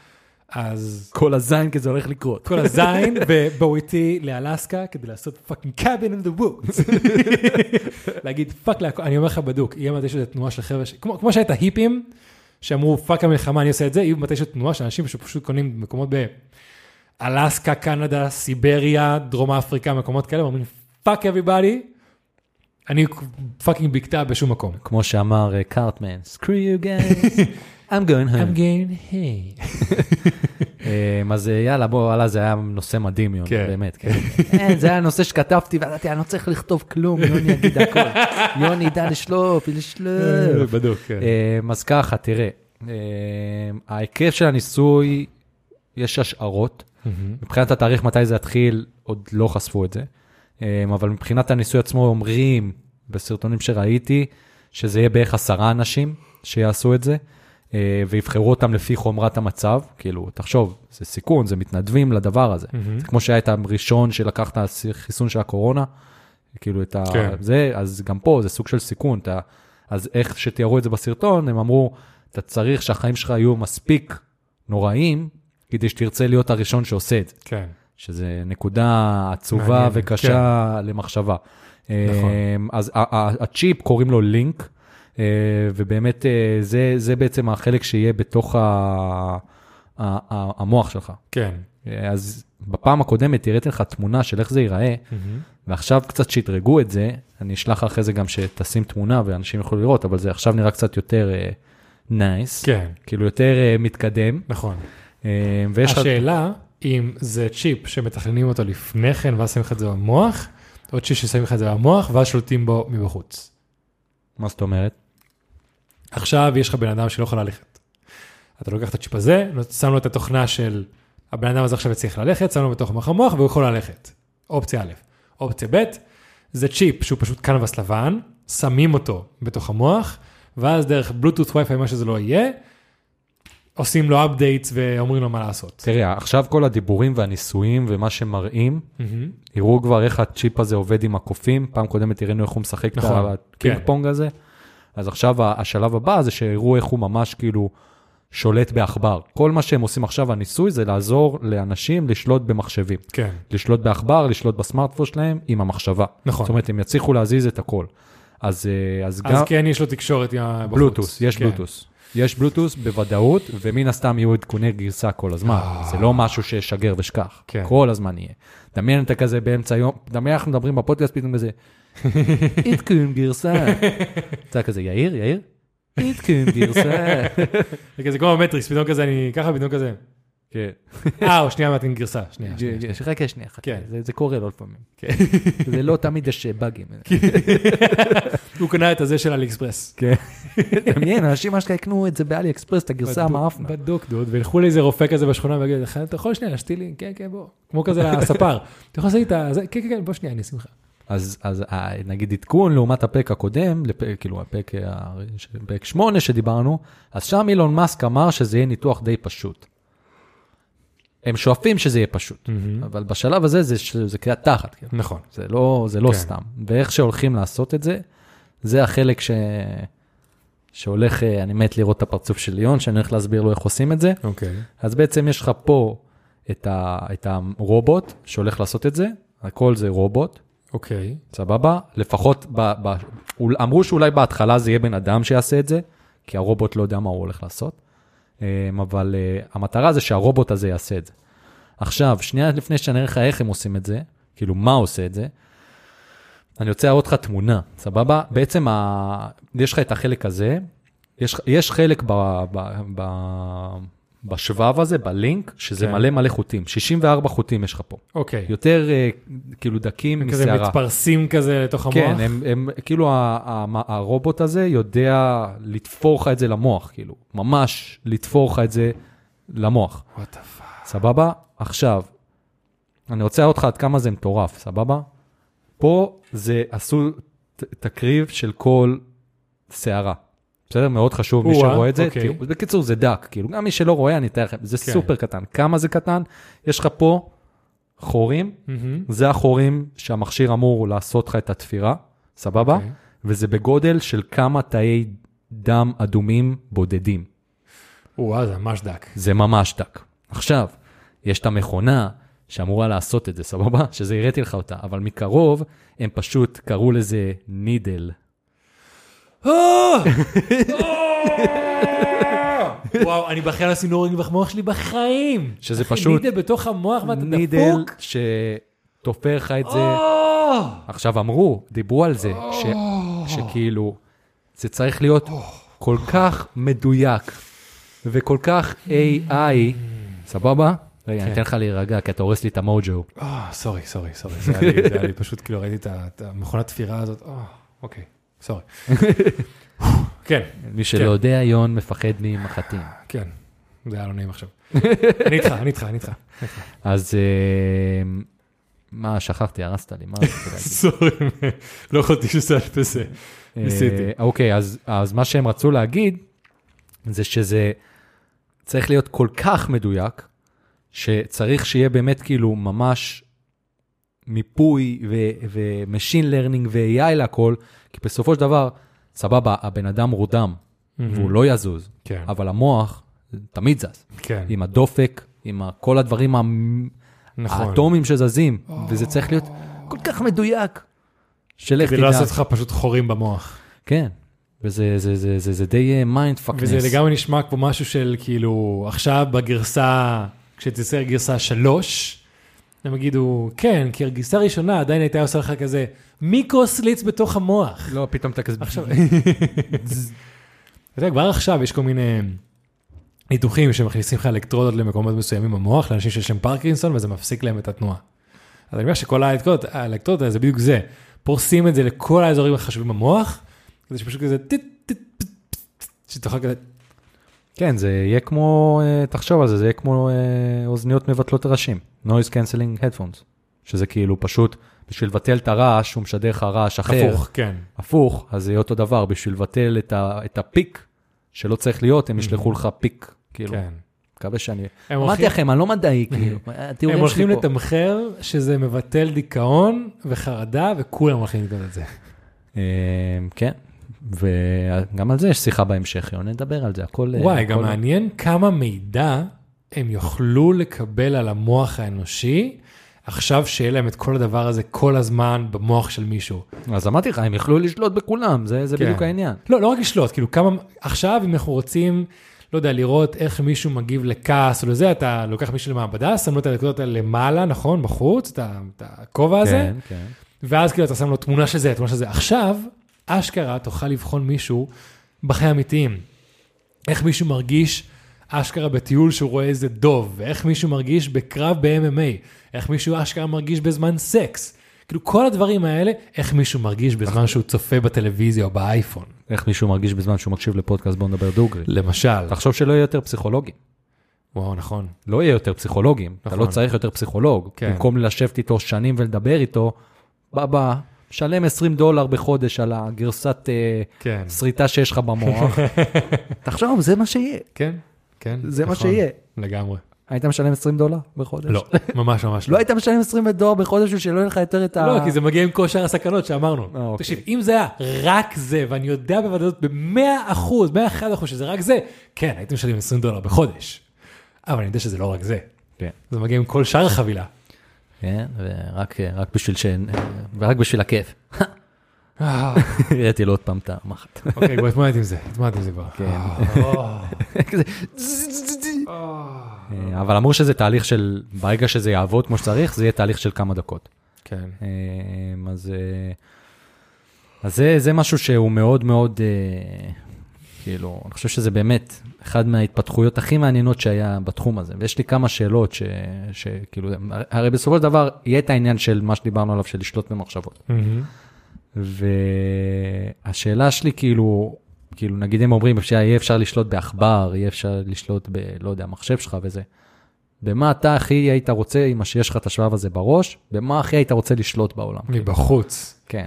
אז כל הזין כי זה הולך לקרות. כל הזין, ובואו איתי לאלסקה כדי לעשות פאקינג קאבין אין דה וודס. להגיד פאק להכל, אני אומר לך בדוק, יהיה מתישהו איזו תנועה של חבר'ה, ש- כמו כמו שהיה את ההיפים, שאמרו פאק המלחמה, אני עושה את זה, יהיו מתישהו תנועה של אנשים שפשוט קונים במקומות באלסקה, קנדה, סיבריה, דרום אפריקה, מקומות כאלה, ואומרים פאק אביבאדי, אני פאקינג בקתה בשום מקום. כמו שאמר אה, קארטמן, screw you guys, I'm going home. I'm going, היי. אמ, אז אה, יאללה, בוא, וואלה, זה היה נושא מדהים, יוני, כן. באמת, כן. אין, זה היה נושא שכתבתי, ואמרתי, אני לא צריך לכתוב כלום, יוני יגיד הכל. יוני ידע לשלוף, לשלוף. בדוק, כן. אמ, אז ככה, תראה, אמ, ההיקף של הניסוי, יש השערות. מבחינת התאריך מתי זה יתחיל, עוד לא חשפו את זה. אמ, אבל מבחינת הניסוי עצמו, אומרים, בסרטונים שראיתי, שזה יהיה בערך עשרה אנשים שיעשו את זה, אה, ויבחרו אותם לפי חומרת המצב. כאילו, תחשוב, זה סיכון, זה מתנדבים לדבר הזה. זה כמו שהיה את הראשון שלקח את החיסון של הקורונה, כאילו את ה... כן. זה, אז גם פה זה סוג של סיכון. אתה, אז איך שתיארו את זה בסרטון, הם אמרו, אתה צריך שהחיים שלך יהיו מספיק נוראים, כדי שתרצה להיות הראשון שעושה את זה, כן. שזה נקודה עצובה מעניין, וקשה למחשבה. נכון. אמ, אז ה- ה- הצ'יפ קוראים לו לינק, אה, ובאמת אה, זה, זה בעצם החלק שיהיה בתוך ה, ה, ה, המוח שלך. כן. אה, אז בפעם הקודמת הראיתי לך תמונה של איך זה ייראה, ועכשיו קצת שדרגו את זה, אני אשלח אחרי זה גם שתשים תמונה ואנשים יוכלו לראות, אבל זה עכשיו נראה קצת יותר נייס, nice, כן, כאילו יותר אה, מתקדם, נכון. אה, ויש לך... השאלה, אם זה צ'יפ שמתכננים אותו לפני כן ואז שמים לך את זה במוח, או צ'יפ ששמים לך את זה במוח ואז שולטים בו מבחוץ. מה זאת אומרת? עכשיו יש לך בן אדם שלא יכול ללכת. אתה לוקח את הצ'יפ הזה, שם לו את התוכנה של הבן אדם הזה עכשיו יצליח ללכת, שם לו בתוך מוח המוח והוא יכול ללכת. אופציה א'. אופציה ב', זה צ'יפ שהוא פשוט קנבס לבן, שמים אותו בתוך המוח, ואז דרך בלוטוט וי-פיי, מה שזה לא יהיה, עושים לו updates ואומרים לו מה לעשות. תראה, עכשיו כל הדיבורים והניסויים ומה שמראים, יראו כבר איך הצ'יפ הזה עובד עם הקופים, פעם קודמת הראינו איך הוא משחק נכון, את הקינג כן. פונג הזה, אז עכשיו ה- השלב הבא זה שיראו איך הוא ממש כאילו שולט בעכבר. כל מה שהם עושים עכשיו, הניסוי, זה לעזור לאנשים לשלוט במחשבים. כן. לשלוט בעכבר, לשלוט בסמארטפון שלהם עם המחשבה. נכון. זאת אומרת, הם יצליחו להזיז את הכל. אז, אה, אז גם אז כן, יש לו תקשורת עם הבחוץ. בלוטוס, יש כן. בלוטוס. יש בלוטוס בוודאות, ומן הסתם יהיו עדכוני גרסה כל הזמן. זה לא משהו ששגר ושכח, כן. כל הזמן יהיה. דמיין אתה כזה באמצע היום, דמיין אנחנו מדברים בפודקאסט פתאום כזה, עדכון גרסה. אתה כזה, יאיר, יאיר? עדכון גרסה. אוקיי, זה כזה כמו במטריקס, פתאום כזה אני ככה, פתאום כזה. כן. אה, או שנייה מעטים גרסה, שנייה. שנייה. יש- חכה שנייה, חכה. כן. זה- זה קורה לא לפעמים. זה לא תמיד יש באגים. הוא קנה את הזה של אלי אקספרס. כן. דמיין, אנשים אשכרה יקנו את זה באלי אקספרס, את הגרסה המאפנה. בדוק דוד, וילכו לאיזה רופא כזה בשכונה ויגידו לך, אתה יכול שנייה להשתיל לי? כן, כן, בוא. כמו כזה הספר. אתה יכול לעשות לי את ה... זה- כן, כן, כן, בוא שנייה, אני אשים לך. אז, אז אה, נגיד עדכון לעומת הפק הקודם, לפ, כאילו הפק, ה- ש- פק 8 שדיברנו, אז שם אילון מאסק אמר שזה יהיה ניתוח די פשוט. הם שואפים שזה יהיה פשוט, mm-hmm. אבל בשלב הזה זה, ש- זה קריאת תחת, כאילו. נכון. זה לא, זה לא כן. כן. סתם. ואיך שהולכים לעשות את זה, זה החלק ש... שהולך, אה, אני מת לראות את הפרצוף של ליון, שאני הולך להסביר לו איך עושים את זה. אוקיי. אז בעצם יש לך פה את, ה... את הרובוט שהולך לעשות את זה, הכל זה רובוט. אוקיי. סבבה? לפחות, ב, ב, אול- אמרו שאולי בהתחלה זה יהיה בן אדם שיעשה את זה, כי הרובוט לא יודע מה הוא הולך לעשות, אמ, אבל אה, המטרה זה שהרובוט הזה יעשה את זה. עכשיו, שנייה לפני שאני אראה לך איך הם עושים את זה, כאילו מה עושה את זה, אני רוצה להראות לך תמונה, סבבה? בעצם ה... יש לך את החלק הזה, יש, יש חלק ב, ב, ב, בשבב הזה, בלינק, שזה כן. כן. מלא מלא חוטים, 64 חוטים יש לך פה. אוקיי. יותר אה, כאילו דקים כזה מסערה. מתפרסים כזה לתוך המוח. כן, הם, הם, כאילו ה- ה- הרובוט הזה יודע לתפור לך את זה למוח, כאילו, ממש לתפור לך את זה למוח, What the fuck. סבבה? עכשיו, אני רוצה להראות לך עד כמה זה מטורף, סבבה? פה זה עשו ת- תקריב של כל שערה. בסדר? מאוד חשוב, מי או-אה, שרואה את זה. כאילו. אוקיי. תראו, בקיצור, זה דק, כאילו, גם מי שלא רואה, אני אתאר לכם, זה כן. סופר קטן. כמה זה קטן? יש לך פה חורים, מהמם. זה החורים שהמכשיר אמור לעשות לך את התפירה, סבבה? אוקיי. וזה בגודל של כמה תאי דם אדומים בודדים. וואו, זה ממש דק. זה ממש דק. עכשיו, יש את המכונה שאמורה לעשות את זה, סבבה? שזה הראיתי לך אותה, אבל מקרוב הם פשוט קראו לזה נידל. אה! וואו, אני בכלל לא עשינו אורינג במוח שלי בחיים. שזה אחי, פשוט- נידל בתוך המוח, מה, אתה נידל דפוק? אה! שתופר לך את זה. או! עכשיו אמרו, דיברו על זה, ש... שכאילו, זה צריך להיות כל כך מדויק וכל כך AI, סבבה? רגע, אני אתן לך להירגע, כי אתה הורס לי את המוג'ו. אה, סורי, סורי, סורי, זה היה לי- זה היה לי פשוט כאילו ראיתי את ה- את המכונת תפירה הזאת, אה, אוקיי, סורי. כן, מי שלא יודע, יון מפחד ממחטים. כן, זה היה לא נעים עכשיו. אני איתך, אני איתך, אני איתך. אז אה, מה, שכחתי, הרסת לי, מה רציתי להגיד? סורי, לא יכולתי שזה על פסה. ניסיתי. אה, אוקיי, אז, אז מה שהם רצו להגיד, זה שזה צריך להיות כל כך מדויק, שצריך שיהיה באמת כאילו ממש מיפוי ו-machine learning ו-AI להכל, כי בסופו של דבר, סבבה, הבן אדם רודם, והוא לא יזוז, כן. אבל המוח תמיד זז, כן, עם הדופק, עם ה- כל הדברים ה- נכון. האטומים שזזים, וזה צריך להיות כל כך מדויק. שלך כדי תדע. לא לעשות לך פשוט חורים במוח. כן, וזה זה, זה, זה, זה די אה, מיינד פאקנס. וזה לגמרי נשמע כמו משהו של כאילו, עכשיו בגרסה, כשתצא גרסה 3, הם יגידו, כן, כי הגרסה הראשונה עדיין הייתה עושה לך כזה מיקרו סליץ בתוך המוח. לא, פתאום אתה כזה... עכשיו... אתה יודע, כבר עכשיו יש כל מיני ניתוחים שמכניסים לך אלקטרודות למקומות מסוימים במוח, לאנשים שיש להם פרקינסון, וזה מפסיק להם את התנועה. אז אני אומר שכל האלקטרודות, האלקטרודות האלה זה בדיוק זה. פורסים את זה לכל האזורים החשובים במוח, כדי שפשוט כזה טיט, טיט, פט, פט, פט, שתוכל כזה, כן, זה יהיה כמו, אה, תחשוב על זה, זה יהיה כמו אה, אוזניות מבטלות רעשים. noise canceling headphones. שזה כאילו פשוט, בשביל לבטל את הרעש, הוא משדר לך רעש אחר. הפוך, כן. הפוך, אז זה יהיה אותו דבר, בשביל לבטל את, ה, את הפיק שלא צריך להיות, הם ישלחו לך פיק. כאילו, Mm-hmm. כן. מקווה שאני... הם אמרתי הולכים- לכם, אני לא מדעי, כאילו. הם התיאורים הולכים שלי פה. לתמחר שזה מבטל דיכאון וחרדה, וכולם הולכים לקנות את זה. אה, כן, וגם על זה יש שיחה בהמשך, יון, נדבר על זה, הכל... אה, וואי, גם הכל- מעניין כמה מידע הם יוכלו לקבל על המוח האנושי, עכשיו שיהיה להם את כל הדבר הזה כל הזמן במוח של מישהו. אז אמרתי לך, הם יכלו לשלוט בכולם, זה, זה כן. בדיוק העניין. לא, לא רק לשלוט, כאילו כמה, עכשיו אם אנחנו רוצים, לא יודע, לראות איך מישהו מגיב לכעס או לזה, אתה לוקח מישהו למעבדה, שם לו את הנקודות האלה למעלה, נכון, בחוץ, את ה- את הכובע הזה, כן, כן. ואז כאילו אתה שם לו תמונה של זה, תמונה של זה. עכשיו, אשכרה תוכל לבחון מישהו בחיי אמיתיים. איך מישהו מרגיש אשכרה בטיול שהוא רואה איזה דוב, ואיך מישהו מרגיש בקרב ב-MMA, איך מישהו אשכרה מרגיש בזמן סקס. כאילו כל הדברים האלה, איך מישהו מרגיש בזמן שהוא צופה בטלוויזיה או באייפון, איך מישהו מרגיש בזמן שהוא מקשיב לפודקאסט בוא נדבר דוגרי. למשל. תחשוב שלא יהיה יותר פסיכולוגים. וואו, נכון. לא יהיה יותר פסיכולוגים, אתה נכון. לא צריך יותר פסיכולוג. כן. במקום לשבת איתו שנים ולדבר איתו, בבא, שלם 20 דולר בחודש על הגרסת אה, כן. שריטה שיש לך במוח. תחשוב, זה מה שיהיה. כן, כן. זה מה נכון. שיהיה. לגמרי. היית משלם 20 דולר בחודש? לא, ממש ממש לא. לא היית משלם 20 דולר בחודש בשביל שלא יהיה לך יותר את ה... לא, כי זה מגיע עם כל שאר הסכנות אה, שאמרנו. אוקיי. תקשיב, אם זה היה רק זה, ואני יודע בוודאות ב-100 אחוז, 101 אחוז שזה רק זה, כן, הייתם משלמים 20 דולר בחודש. אבל אני יודע שזה לא רק זה. כן. זה מגיע עם כל שאר החבילה. כן, ורק רק בשביל ש... ורק בשביל הכיף. אה, הראיתי לו עוד פעם את המחט. אוקיי, בוא התמודד עם זה, התמודד עם זה כבר. אה, אה, כזה, אה, אבל אמרו שזה תהליך של, ברגע שזה יעבוד כמו שצריך, זה יהיה תהליך של כמה דקות. כן. אה, אז, אה, אז זה, זה משהו שהוא מאוד מאוד, אה, כאילו, אני חושב שזה באמת אחד מההתפתחויות הכי מעניינות שהיה בתחום הזה. ויש לי כמה שאלות ש, שכאילו, הרי בסופו של דבר יהיה את העניין של מה שדיברנו עליו, של לשלוט במחשבות. מהמם. והשאלה שלי כאילו, כאילו נגיד הם אומרים שיהיה אפשר לשלוט בעכבר, יהיה אפשר לשלוט ב, לא יודע, המחשב שלך וזה. במה אתה הכי היית רוצה, עם שיש לך את השבב הזה בראש, במה הכי היית רוצה לשלוט בעולם? מבחוץ. כן.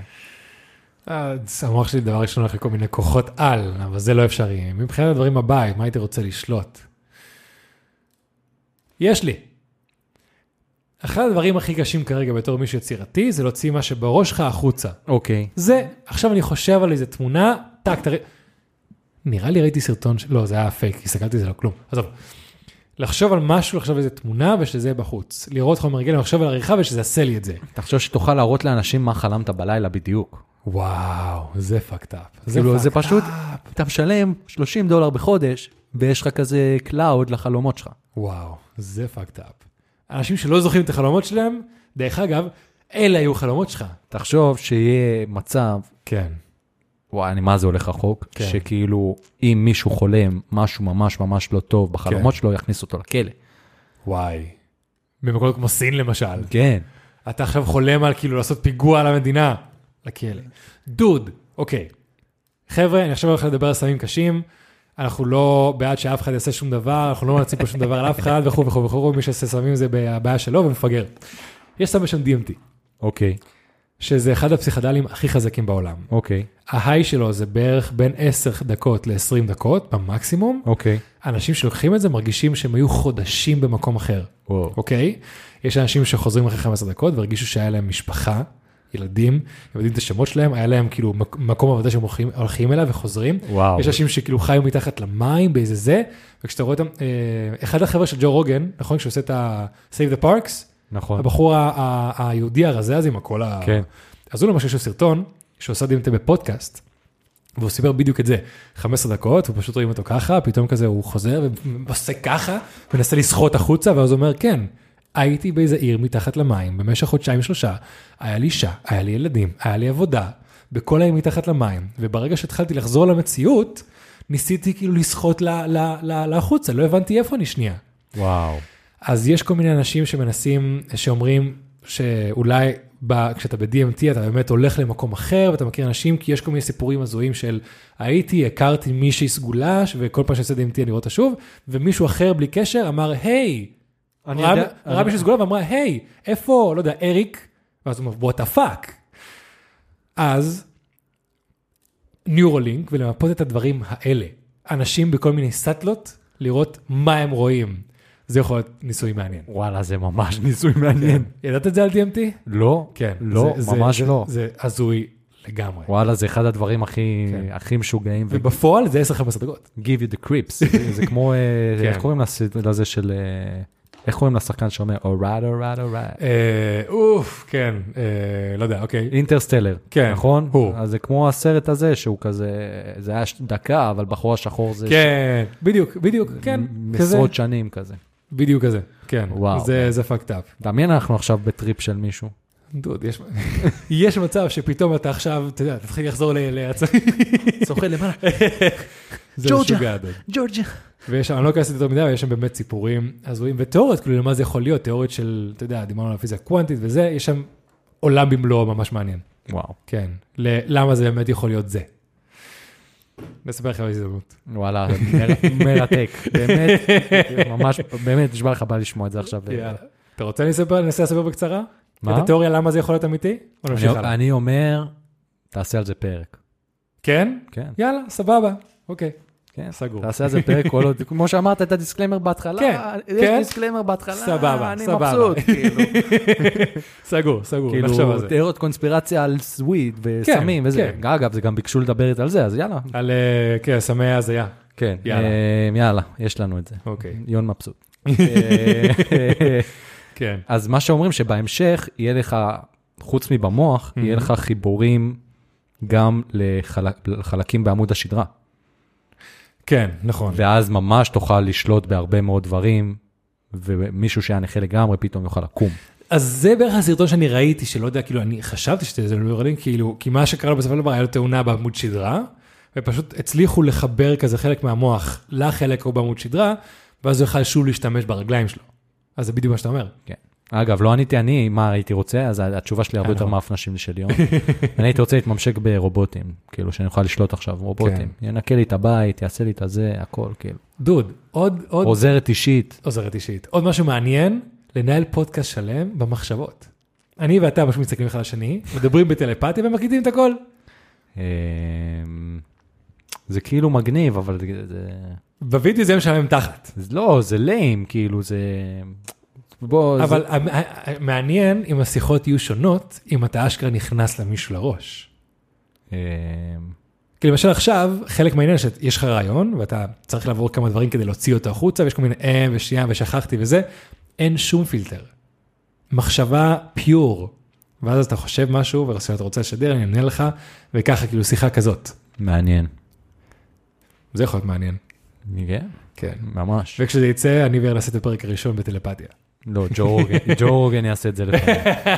אה, המוח שלי דבר ראשון הולך לכל מיני כוחות על, אבל זה לא אפשרי. מבחינת הדברים בבית, מה הייתי רוצה לשלוט? יש לי. אחד הדברים הכי קשים כרגע בתור מישהו יצירתי, זה להוציא מה שבראש שלך החוצה. אוקיי. זה, עכשיו אני חושב על איזה תמונה, טק, תראה. נראה לי ראיתי סרטון, ש- לא, זה היה פייק, הסתכלתי, זה לא כלום. עזוב. לחשוב על משהו, לחשוב על איזה תמונה ושזה בחוץ. לראות חומר גלם, לחשוב על עריכה ושזה עשה לי את זה. תחשוב שתוכל להראות לאנשים מה חלמת בלילה בדיוק. וואו, זה fucked up. זה כאילו, זה fucked פשוט, up. אתה משלם 30 דולר בחודש, ויש לך כזה קלאוד לחלומות שלך. וואו, זה fucked up. אנשים שלא זוכרים את החלומות שלהם, דרך אגב, אלה היו החלומות שלך. תחשוב שיהיה מצב, כן. וואי, אני מה זה הולך רחוק, כן. שכאילו, אם מישהו חולם משהו ממש ממש לא טוב בחלומות שלו, יכניס אותו לכלא. וואי. במקום כמו סין למשל. כן. אתה עכשיו חולם על כאילו לעשות פיגוע על המדינה, לכלא. דוד, אוקיי. חבר'ה, אני עכשיו הולך לדבר על סמים קשים, אנחנו לא בעד שאף אחד יעשה שום דבר, אנחנו לא מרצים פה שום דבר על אף אחד וכו' וכו' וכו', מי שעושה סמים זה הבעיה שלו ומפגר. יש סם בשם DMT, אוקיי, שזה אחד הפסיכדלים הכי חזקים בעולם. אוקיי, ההיי שלו זה בערך בין 10 דקות ל-20 דקות במקסימום. אוקיי. אנשים שלוקחים את זה מרגישים שהם היו חודשים במקום אחר. וואו. אוקיי? יש אנשים שחוזרים אחרי 15 דקות והרגישו שהיה להם משפחה, ילדים, הם יודעים את השמות שלהם, היה להם כאילו מק- מקום עבודה שהם הולכים, הולכים אליו וחוזרים. וואו. יש אנשים שכאילו חיו מתחת למים באיזה זה, וכשאתה רואה אותם, אה, אחד החבר'ה של ג'ו רוגן, נכון? כשהוא עושה את ה- Save the Parks, נכון. הבחור ה- ה- היהודי הרזה הזה עם הכל ה... כן. אז הוא למשל יש לו סרטון שעושה דימטה בפודקאסט, והוא סיפר בדיוק את זה, 15 דקות, ופשוט רואים אותו ככה, פתאום כזה הוא חוזר ועושה ככה, מנסה לסחוט החוצה, ואז הוא אומר, כן, הייתי באיזה עיר מתחת למים במשך חודשיים שלושה, היה לי אישה, היה לי ילדים, היה לי עבודה, בכל העיר מתחת למים, וברגע שהתחלתי לחזור למציאות, ניסיתי כאילו לסחוט ל- ל- ל- לחוצה, לא הבנתי איפה אני שנייה. וואו. אז יש כל מיני אנשים שמנסים, שאומרים שאולי ב, כשאתה ב-DMT אתה באמת הולך למקום אחר ואתה מכיר אנשים, כי יש כל מיני סיפורים הזויים של הייתי, הכרתי מישהי סגולה, וכל פעם שעושה DMT אני רואה אותה שוב, ומישהו אחר בלי קשר אמר, היי, אני ראה יודע- ראה מישהו סגולה ואמרה, היי, איפה, לא יודע, אריק? ואז הוא אומר, what the fuck. אז, ניורולינק, ולמפות את הדברים האלה. אנשים בכל מיני סאטלות, לראות מה הם רואים. זה יכול להיות ניסוי מעניין. וואלה, זה ממש ניסוי מעניין. ידעת את זה על DMT? לא, לא, כן. זה- זה- ממש זה- לא. זה הזוי לגמרי. וואלה, זה אחד הדברים הכי כן. הכי משוגעים. ו- ובפועל זה 10-15 דקות. give you the creeps. זה כמו, אה, כן. איך קוראים לס- לזה של, אה, איך קוראים לשחקן שאומר, אורייט, אורייט, אורייט. אה, אוף, כן, אה, לא יודע, אוקיי. אינטרסטלר, כן, נכון? הוא. אז זה כמו הסרט הזה, שהוא כזה, זה היה ש- דקה, אבל בחור השחור זה כן, בדיוק, בדיוק, כן. מ- כזה. עשרות שנים כזה. בדיוק כזה, כן. וואו. זה- זה fucked up. דמיין אנחנו עכשיו בטריפ של מישהו. דוד, יש, יש מצב שפתאום אתה עכשיו, אתה יודע, תתחיל לחזור ל- לעצמי. צוחק למעלה, זה ג'ורג'ה. משוגע, דוד. ג'ורג'ה. ויש שם, אני לא אכנס יותר מדי, אבל יש שם באמת סיפורים הזויים ותיאוריות, כאילו, למה זה יכול להיות, תיאוריות של, אתה יודע, דיברנו על הפיזיקה קוונטית וזה, יש שם עולם במלואו ממש מעניין. וואו, כן, ל- למה זה באמת יכול להיות זה. נספר לכם בהזדמנות. וואלה, מר- מרתק, באמת, ממש, באמת, נשבע לך בא לשמוע את זה עכשיו. יאללה. אתה רוצה אני אספר, ננסה לספר בקצרה? מה? את התיאוריה למה זה יכול להיות אמיתי? בוא נמשיך אני- אוקיי. הלאה. אני אומר, תעשה על זה פרק. כן? כן, יאללה, סבבה, אוקיי. כן. סגור. תעשה על זה פרק כל עוד, כמו שאמרת את הדיסקליימר בהתחלה, כן, יש כן. דיסקליימר בהתחלה, סבבה, אני סבבה. מבסוט, כאילו, סגור, סגור, נחשוב על כאילו, זה. תיאוריות קונספירציה על סוויד וסמים כן, וזה, כן. אגב, זה גם ביקשו לדבר על זה, אז יאללה, על, אה, כן, סמי הזיה. כן, יאללה. אה, יאללה, יש לנו את זה, אוקיי. יון מבסוט. אה, כן. אז מה שאומרים שבהמשך יהיה לך, חוץ Mm-hmm. מבמוח, יהיה לך חיבורים גם לחלק- לחלקים בעמוד השדרה. כן, נכון. ואז ממש תוכל לשלוט בהרבה מאוד דברים, ומישהו שהיה נכה לגמרי פתאום יוכל לקום. אז זה בערך הסרטון שאני ראיתי, שלא יודע, כאילו, אני חשבתי שזה נוירלינק, כאילו, כי מה שקרה לו בסופו של דבר, היה לו תאונה בעמוד שדרה, ופשוט הצליחו לחבר כזה חלק מהמוח לחלק ההוא בעמוד שדרה, ואז הוא יכל שוב להשתמש ברגליים שלו. אז זה בדיוק מה שאתה אומר. כן. אגב, לא עניתי אני מה הייתי רוצה, אז התשובה שלי הרבה יותר נכון. מאפנשים של יום. אני הייתי רוצה להתממשק ברובוטים, כאילו שאני אוכל לשלוט עכשיו רובוטים. כן. ינקה לי את הבית, יעשה לי את הזה, הכל, כאילו. דוד, עוד, עוד, עוזרת אישית, עוזרת אישית, עוד משהו מעניין, לנהל פודקאסט שלם במחשבות. אני ואתה פשוט מסתכלים אחד על השני, מדברים בטלפתיה ומקליטים את הכל. אמ, זה כאילו מגניב, אבל זה- זה... בווידאו זה משלם תחת. זה לא, זה ליים, כאילו זה... בוא, אבל המ- ה- ה- מעניין אם השיחות יהיו שונות, אם אתה אשכרה נכנס למישהו לראש. זה... אה, כי למשל עכשיו, חלק מהעניין שיש לך רעיון, ואתה צריך לעבור כמה דברים כדי להוציא אותו החוצה, ויש כל מיני אה ושנייה ושכחתי וזה, אין שום פילטר. מחשבה פיור. ואז אתה חושב משהו, ורסיון אתה רוצה לשדר, אני אמנה לך, וככה כאילו שיחה כזאת. מעניין. זה יכול להיות מעניין. כן, כן. ממש. וכשזה יצא, אני ואיר נעשה את הפרק הראשון בטלפתיה. לא, ג'ו רוגן- ג'ו רוגן יעשה את זה לפעמים. אה,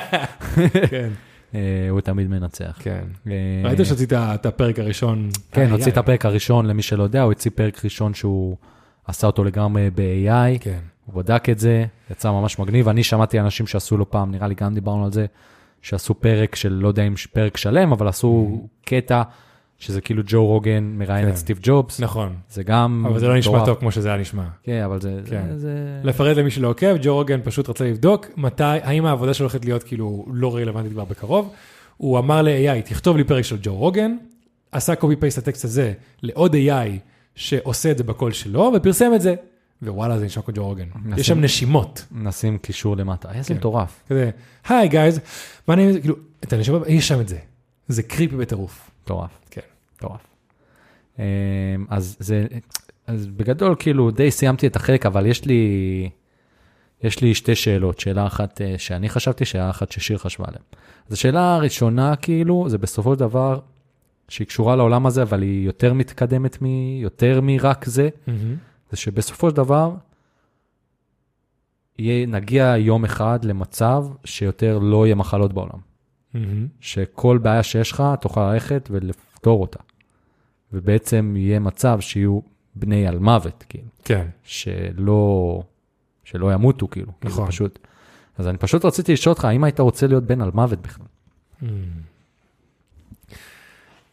כן. הוא תמיד מנצח. כן. אה, ראית שהוצאת את הפרק הראשון? כן, אה, הוציא את אה, הפרק הראשון, למי שלא יודע, הוא הוציא פרק ראשון שהוא עשה אותו לגמרי ב-AI. כן. הוא בדק את זה, יצא ממש מגניב. אני שמעתי אנשים שעשו לו פעם, נראה לי גם דיברנו על זה, שעשו פרק של, לא יודע אם ש- פרק שלם, אבל עשו קטע שזה כאילו ג'ו רוגן מראיין Mm-hmm. כן. את סטיב ג'ובס. נכון. זה גם... אבל זה לא נשמע מטורף. טוב כמו שזה היה נשמע. כן, אבל זה... כן. זה- זה- לפרט למי שלא עוקב, ג'ו רוגן פשוט רצה לבדוק מתי, האם העבודה שלו הולכת להיות כאילו לא רלוונטית כבר בקרוב. הוא אמר ל-AI, תכתוב לי פרק של ג'ו רוגן, עשה קופי פייסט הטקסט הזה לעוד AI שעושה את זה בקול שלו, ופרסם את זה. ווואלה, זה נשמע כמו ג'ו רוגן. נשים- יש שם נשימות. נשים קישור למטה. איזה כן. מטורף. כזה, היי גייז, מה נעים, כאילו, את הנשימה, יש שם את זה. זה קריפי בטירוף. מטורף. כן. מטורף. אמ, אז זה, אז בגדול כאילו די סיימתי את החלק, אבל יש לי, יש לי שתי שאלות, שאלה אחת אה, שאני חשבתי, שאלה אחת ששיר חשבה עליהן. אז השאלה הראשונה כאילו, זה בסופו של דבר, שהיא קשורה לעולם הזה, אבל היא יותר מתקדמת מ... יותר מרק זה, זה שבסופו של דבר, יהיה, נגיע יום אחד למצב שיותר לא יהיה מחלות בעולם. מהמם. שכל בעיה שיש לך, תוכל ללכת ולפתור אותה. ובעצם יהיה מצב שיהיו בני על מוות, כאילו, כן. שלא, שלא ימותו, כאילו, כאילו, נכון. פשוט. אז אני פשוט רציתי לשאול אותך, האם היית רוצה להיות בן על מוות בכלל?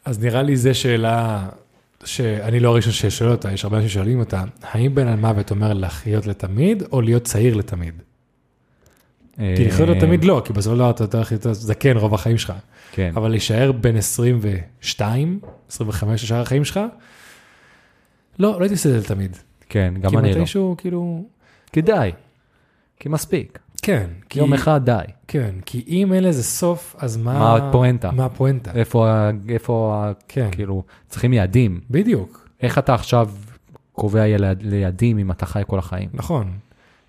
אז נראה לי זו שאלה שאני לא הראשון ששואל אותה, יש הרבה אנשים ששואלים אותה, האם בן על מוות אומר לחיות לתמיד או להיות צעיר לתמיד? אה, כי לחיות לתמיד לא, כי בסופו של דבר אתה יותר הכי יותר זקן רוב החיים שלך, כן, אבל להישאר בן 22, 25 לשאר החיים שלך, לא, לא הייתי עושה את זה לתמיד. כן, גם אני כי לא. מתישהו כאילו, כי די, כי מספיק. כן, כי, יום אחד די. כן, כי אם אין לזה סוף, אז מה, מה הפואנטה? מה הפואנטה? איפה, ה- איפה, ה- כן, כאילו, צריכים יעדים. בדיוק. איך אתה עכשיו קובע יל- ליעדים אם אתה חי כל החיים? נכון.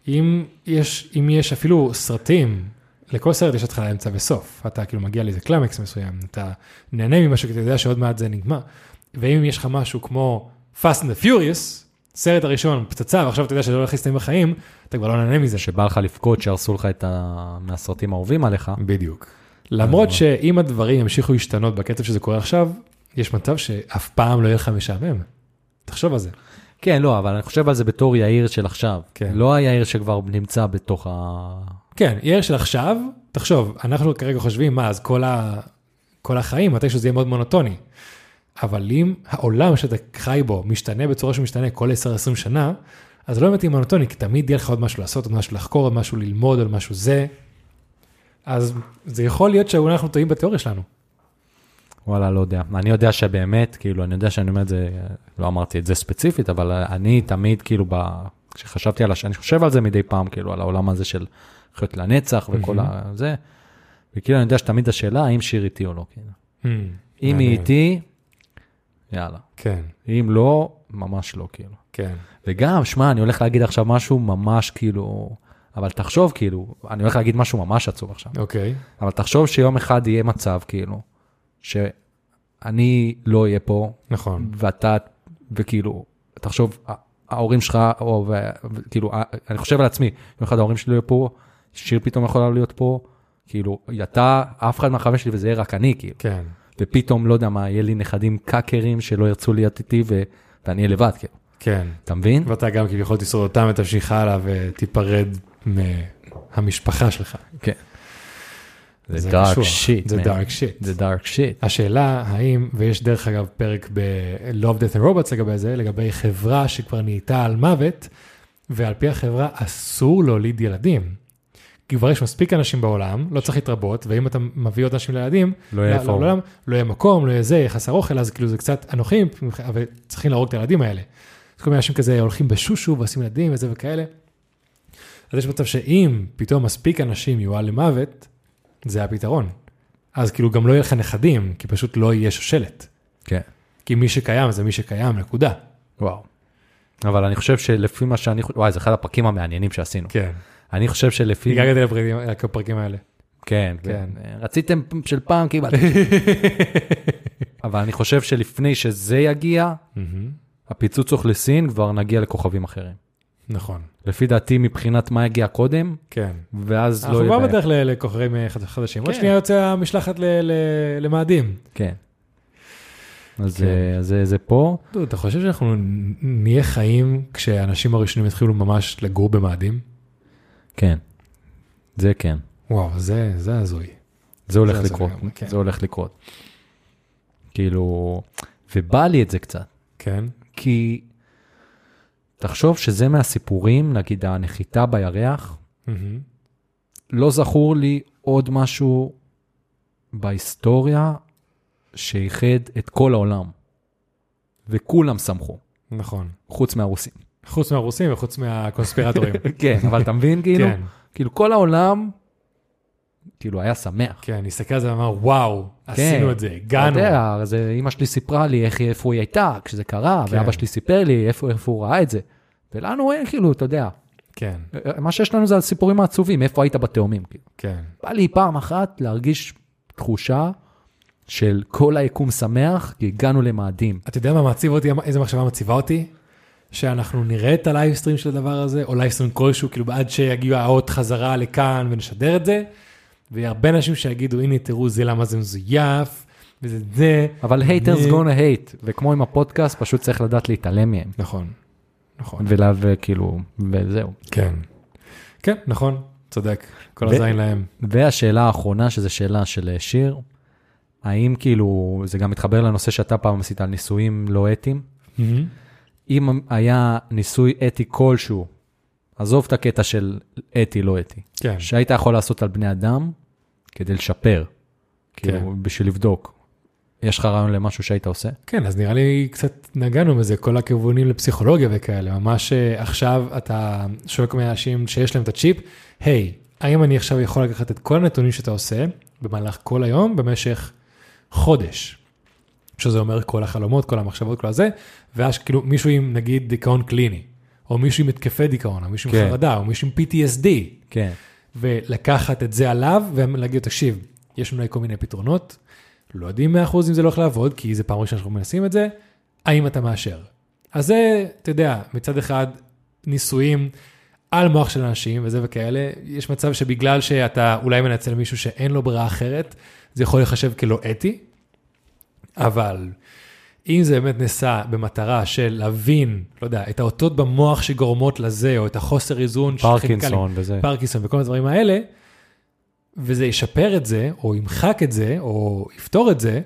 אם יש, אם יש אפילו סרטים, לכל סרט יש התחלה, אמצע וסוף. אתה כאילו מגיע לאיזה קלמקס מסוים, אתה נהנה ממשהו, כי אתה יודע שעוד מעט זה נגמר. ואם יש לך משהו כמו Fast and the Furious, סרט הראשון, פצצה, ועכשיו אתה יודע שזה לא הולך להסתיים בחיים, אתה כבר לא נהנה מזה. שבא לך לבכות שהרסו לך את ה... מהסרטים האהובים עליך. בדיוק. למרות שאם הדברים ימשיכו להשתנות בקצב שזה קורה עכשיו, יש מצב שאף פעם לא יהיה לך משעמם. תחשוב על זה. כן, לא, אבל אני חושב על זה בתור יאיר של עכשיו. כן. לא היאיר שכבר נמצא בתוך ה... כן, יאיר של עכשיו, תחשוב, אנחנו כרגע חושבים, מה, אז כל, ה... כל החיים, מתישהו זה יהיה מאוד מונוטוני. אבל אם העולם שאתה חי בו משתנה בצורה שהוא משתנה כל 10-20 שנה, אז זה לא באמת יהיה מונוטוני, כי תמיד יהיה לך עוד משהו לעשות, עוד משהו לחקור, עוד משהו ללמוד, עוד משהו זה. אז זה יכול להיות שאולי אנחנו טועים בתיאוריה שלנו. וואלה, לא יודע. אני יודע שבאמת, כאילו, אני יודע שאני אומר את זה, לא אמרתי את זה ספציפית, אבל אני תמיד, כאילו, ב... כשחשבתי על הש... אני חושב על זה מדי פעם, כאילו, על העולם הזה של חיות לנצח וכל ה... זה. וכאילו, אני יודע שתמיד השאלה, האם שיר איתי או לא, כאילו. אם היא איתי, יאללה. כן, אם לא, ממש לא, כאילו. כן. וגם, שמע, אני הולך להגיד עכשיו משהו ממש כאילו, אבל תחשוב כאילו, אני הולך להגיד משהו ממש עצוב עכשיו, אוקיי. אבל תחשוב שיום אחד יהיה מצב כאילו, שאני לא אהיה פה, נכון. ואתה, וכאילו, תחשוב, ה- ההורים שלך, או ו- ו- כאילו, ה- אני חושב על עצמי, יום אחד ההורים שלי לא יהיו פה, שיר פתאום יכולה להיות פה, כאילו, אתה, אף אחד מהחברים שלי וזה יהיה רק אני, כאילו, כן. ופתאום, לא יודע מה, יהיה לי נכדים קאקרים שלא ירצו להיות איתי, ו- ואני אהיה לבד, כאילו, כן. אתה מבין? ואתה גם כביכול תשרוד אותם ותמשיך הלאה ותיפרד מהמשפחה שלך. כן. זה קשוח. דארק שיט, זה דארק שיט. זה דארק שיט. השאלה האם, ויש דרך אגב פרק ב-Love Death and Robots לגבי זה, לגבי חברה שכבר נהייתה על מוות, ועל פי החברה אסור להוליד ילדים. כי כבר יש מספיק אנשים בעולם, לא צריך להתרבות, ואם אתה מביא עוד אנשים לילדים, לא יהיה איפה. לעולם, לא יהיה מקום, לא יהיה זה, יהיה חסר אוכל, אז כאילו זה קצת אנוכי, אבל צריכים להרוג את הילדים האלה. אז כל מיני אנשים כזה הולכים בשושו ועושים ילדים וזה וכאלה. אז יש מצב שאם פתאום מספיק אנשים יואל למוות, זה הפתרון. אז כאילו גם לא יהיה לך נכדים, כי פשוט לא יהיה שושלת. כן. כי מי שקיים זה מי שקיים, נקודה. וואו. אבל אני חושב שלפי מה שאני חושב, וואי, זה אחד הפרקים המעניינים שעשינו. כן. אני חושב שלפי... הגעתי לפרקים- לפרקים האלה. כן, כן. כן. רציתם של פעם, קיבלתם. אבל אני חושב שלפני שזה יגיע, מהמם. הפיצוץ הולך לסין, כבר נגיע לכוכבים אחרים. נכון, לפי דעתי, מבחינת מה יגיע קודם, כן. ואז לא אנחנו יהיה כבר בעיה. בדרך ל- לכוכבים אה, חד- חדשים. עוד כן. שנייה יוצא המשלחת ל- ל- למאדים. כן. אז כן. אה, אז זה, זה פה, דוד, אתה חושב שאנחנו נ- נהיה חיים כשהאנשים הראשונים יתחילו ממש לגור במאדים? כן. זה כן. וואו, זה זה הזוי. זה הולך זה לקרות, לגמרי, כן. זה הולך לקרות. כאילו, ובא לי את זה קצת, כן? כי תחשוב שזה מהסיפורים, נגיד הנחיתה בירח, מהמם. לא זכור לי עוד משהו בהיסטוריה שאיחד את כל העולם, וכולם שמחו, נכון. חוץ מהרוסים. חוץ מהרוסים וחוץ מהקונספירטורים. כן, אבל אתה מבין, כאילו, כן, כאילו כל העולם, כאילו היה שמח. כן, הסתכל על זה ואמר, וואו, עשינו את זה, הגענו. כן. אתה יודע, זה, אימא שלי סיפרה לי איך, איפה היא הייתה כשזה קרה, כן. ואבא שלי סיפר לי איפה, איפה הוא ראה את זה. ולנו אין, כאילו, אתה יודע, אה, כן, מה שיש לנו זה הסיפורים העצובים, איפה היית בתאומים. כאילו. כן, בא לי פעם אחת להרגיש תחושה של כל היקום שמח, כי הגענו למאדים. אתה יודע מה מעציב אותי, איזה מחשבה מציבה אותי? שאנחנו נראה את הלייבסטרים של הדבר הזה, או לייבסטרים כלשהו, כאילו עד שיגיעו האות חזרה לכאן ונשדר את זה, ויהיה הרבה אנשים שיגידו, הנה תראו זה למה זה מזויף, וזה זה. אבל haters אני- gonna hate, וכמו עם הפודקאסט, פשוט צריך לדעת להתעלם מהם. נכון, נכון. ולה, וכאילו, וזהו. כן, כן, נכון, צודק, כל ו- הזין להם. והשאלה האחרונה, שזו שאלה של אה, שיר, האם כאילו, זה גם מתחבר לנושא שאתה פעם עשית על ניסויים לא אתיים? מהמם. אם היה ניסוי אתי כלשהו, עזוב את הקטע של אתי לא אתי, כן, שהיית יכול לעשות על בני אדם כדי לשפר, כאילו, בשביל לבדוק. יש לך רעיון למשהו שהיית עושה? כן, אז נראה לי קצת נגענו בזה, כל הכיוונים לפסיכולוגיה וכאלה, ממש אה, עכשיו אתה שואל כל מיני אנשים שיש להם את הצ'יפ, היי, האם אני עכשיו יכול לקחת את כל הנתונים שאתה עושה במהלך כל היום במשך חודש? שזה אומר כל החלומות, כל המחשבות, כל הזה, ואז כאילו מישהו עם נגיד דיכאון קליני, או מישהו עם התקפי דיכאון, או מישהו עם כן. חרדה, או מישהו עם PTSD, כן. ולקחת את זה עליו ולהגיד, תקשיב, יש אולי כל מיני פתרונות, לא יודעים 100% אם זה לא הולך לעבוד, כי זה פעם ראשונה שאנחנו מנסים את זה, האם אתה מאשר? אז זה, אתה יודע, מצד אחד, ניסויים על מוח של אנשים וזה וכאלה, יש מצב שבגלל שאתה אולי מנצל מישהו שאין לו ברירה אחרת, זה יכול להיחשב כלא אתי, אבל אם זה באמת נעשה במטרה של להבין, לא יודע, את האותות במוח שגורמות לזה, או את החוסר איזון של כימיקלים. פרקינסון וזה. פרקיסון וכל הדברים האלה, וזה ישפר את זה, או ימחק את זה, או יפתור את זה,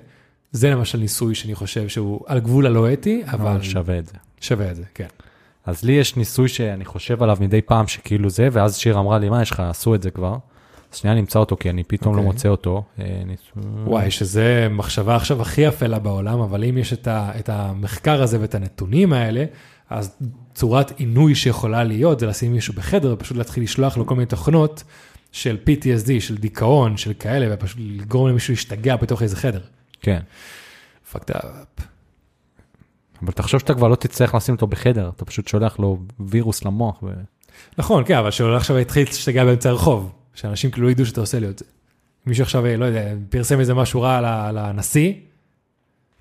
זה למשל ניסוי שאני חושב שהוא על גבול הלא אתי, אבל אבל שווה את זה. שווה את זה, כן. אז לי יש ניסוי שאני חושב עליו מדי פעם שכאילו זה, ואז שיר אמרה לי, מה יש לך, עשו את זה כבר. אז שנייה נמצא אותו, כי אני פתאום לא אוקיי. מוצא אותו. אה, ניסוי- וואי, שזה מחשבה עכשיו הכי אפלה בעולם, אבל אם יש את, ה, את המחקר הזה ואת הנתונים האלה, אז צורת עינוי שיכולה להיות זה לשים מישהו בחדר ופשוט להתחיל לשלוח לו כל מיני תוכנות של PTSD, של דיכאון, של כאלה, ופשוט לגרום למישהו להשתגע בתוך איזה חדר. כן. fucked up. אבל תחשוב שאתה כבר לא תצטרך לשים אותו בחדר, אתה פשוט שולח לו וירוס למוח. ו... נכון, כן, אבל שלא עכשיו יתחיל להשתגע באמצע הרחוב, שאנשים כאילו ידעו שאתה עושה לי את זה. מישהו עכשיו, אה, לא יודע, פרסם איזה משהו רע על ה- על הנשיא,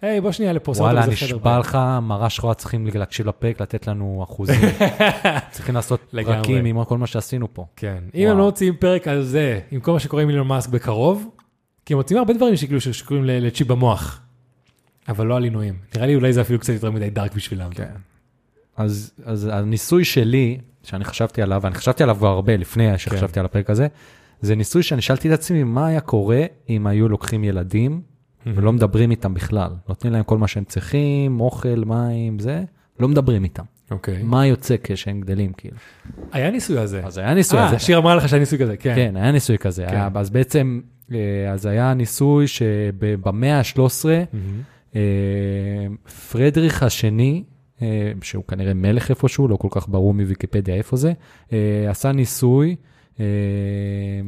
היי, בוא שנייה לפה, שם אותו וואלה, באיזה נשבע חדר. לך, מראה שחורה צריכים להקשיב לפרק, לתת לנו אחוזים. צריכים לעשות לגמרי. פרקים עם כל מה שעשינו פה. כן, אם וואו. הם לא מוציאים פרק על זה, עם כל מה שקורה עם אילון מאסק בקרוב, כי הם מוציאים הרבה דברים שכאילו שקוראים ל- לצ'יפ במוח, אבל לא על עינויים. נראה לי אולי זה אפילו קצת יותר מדי דארק בשבילם. כן. אז, אז הניסוי שלי, שאני חשבתי עליו, ואני חשבתי עליו כבר הרבה כן. לפני שחשבתי על הפרק הזה, זה ניסוי שאני שאלתי את עצמי מה היה קורה אם היו לוקחים ילדים ולא מדברים איתם בכלל. נותנים להם כל מה שהם צריכים, אוכל, מים, זה, לא מדברים איתם. אוקיי. מה יוצא כשהם גדלים, כאילו? היה ניסוי הזה. אז היה ניסוי אה, הזה. השיר אמרה לך שהיה ניסוי כזה, כן. כן, היה ניסוי כזה. כן. היה, אז בעצם, אה, אז היה ניסוי שבמאה ה-13, מהמם. אה, פרדריך השני אה, שהוא כנראה מלך איפשהו, לא כל כך ברור מוויקיפדיה איפה זה, אה, עשה ניסוי אה,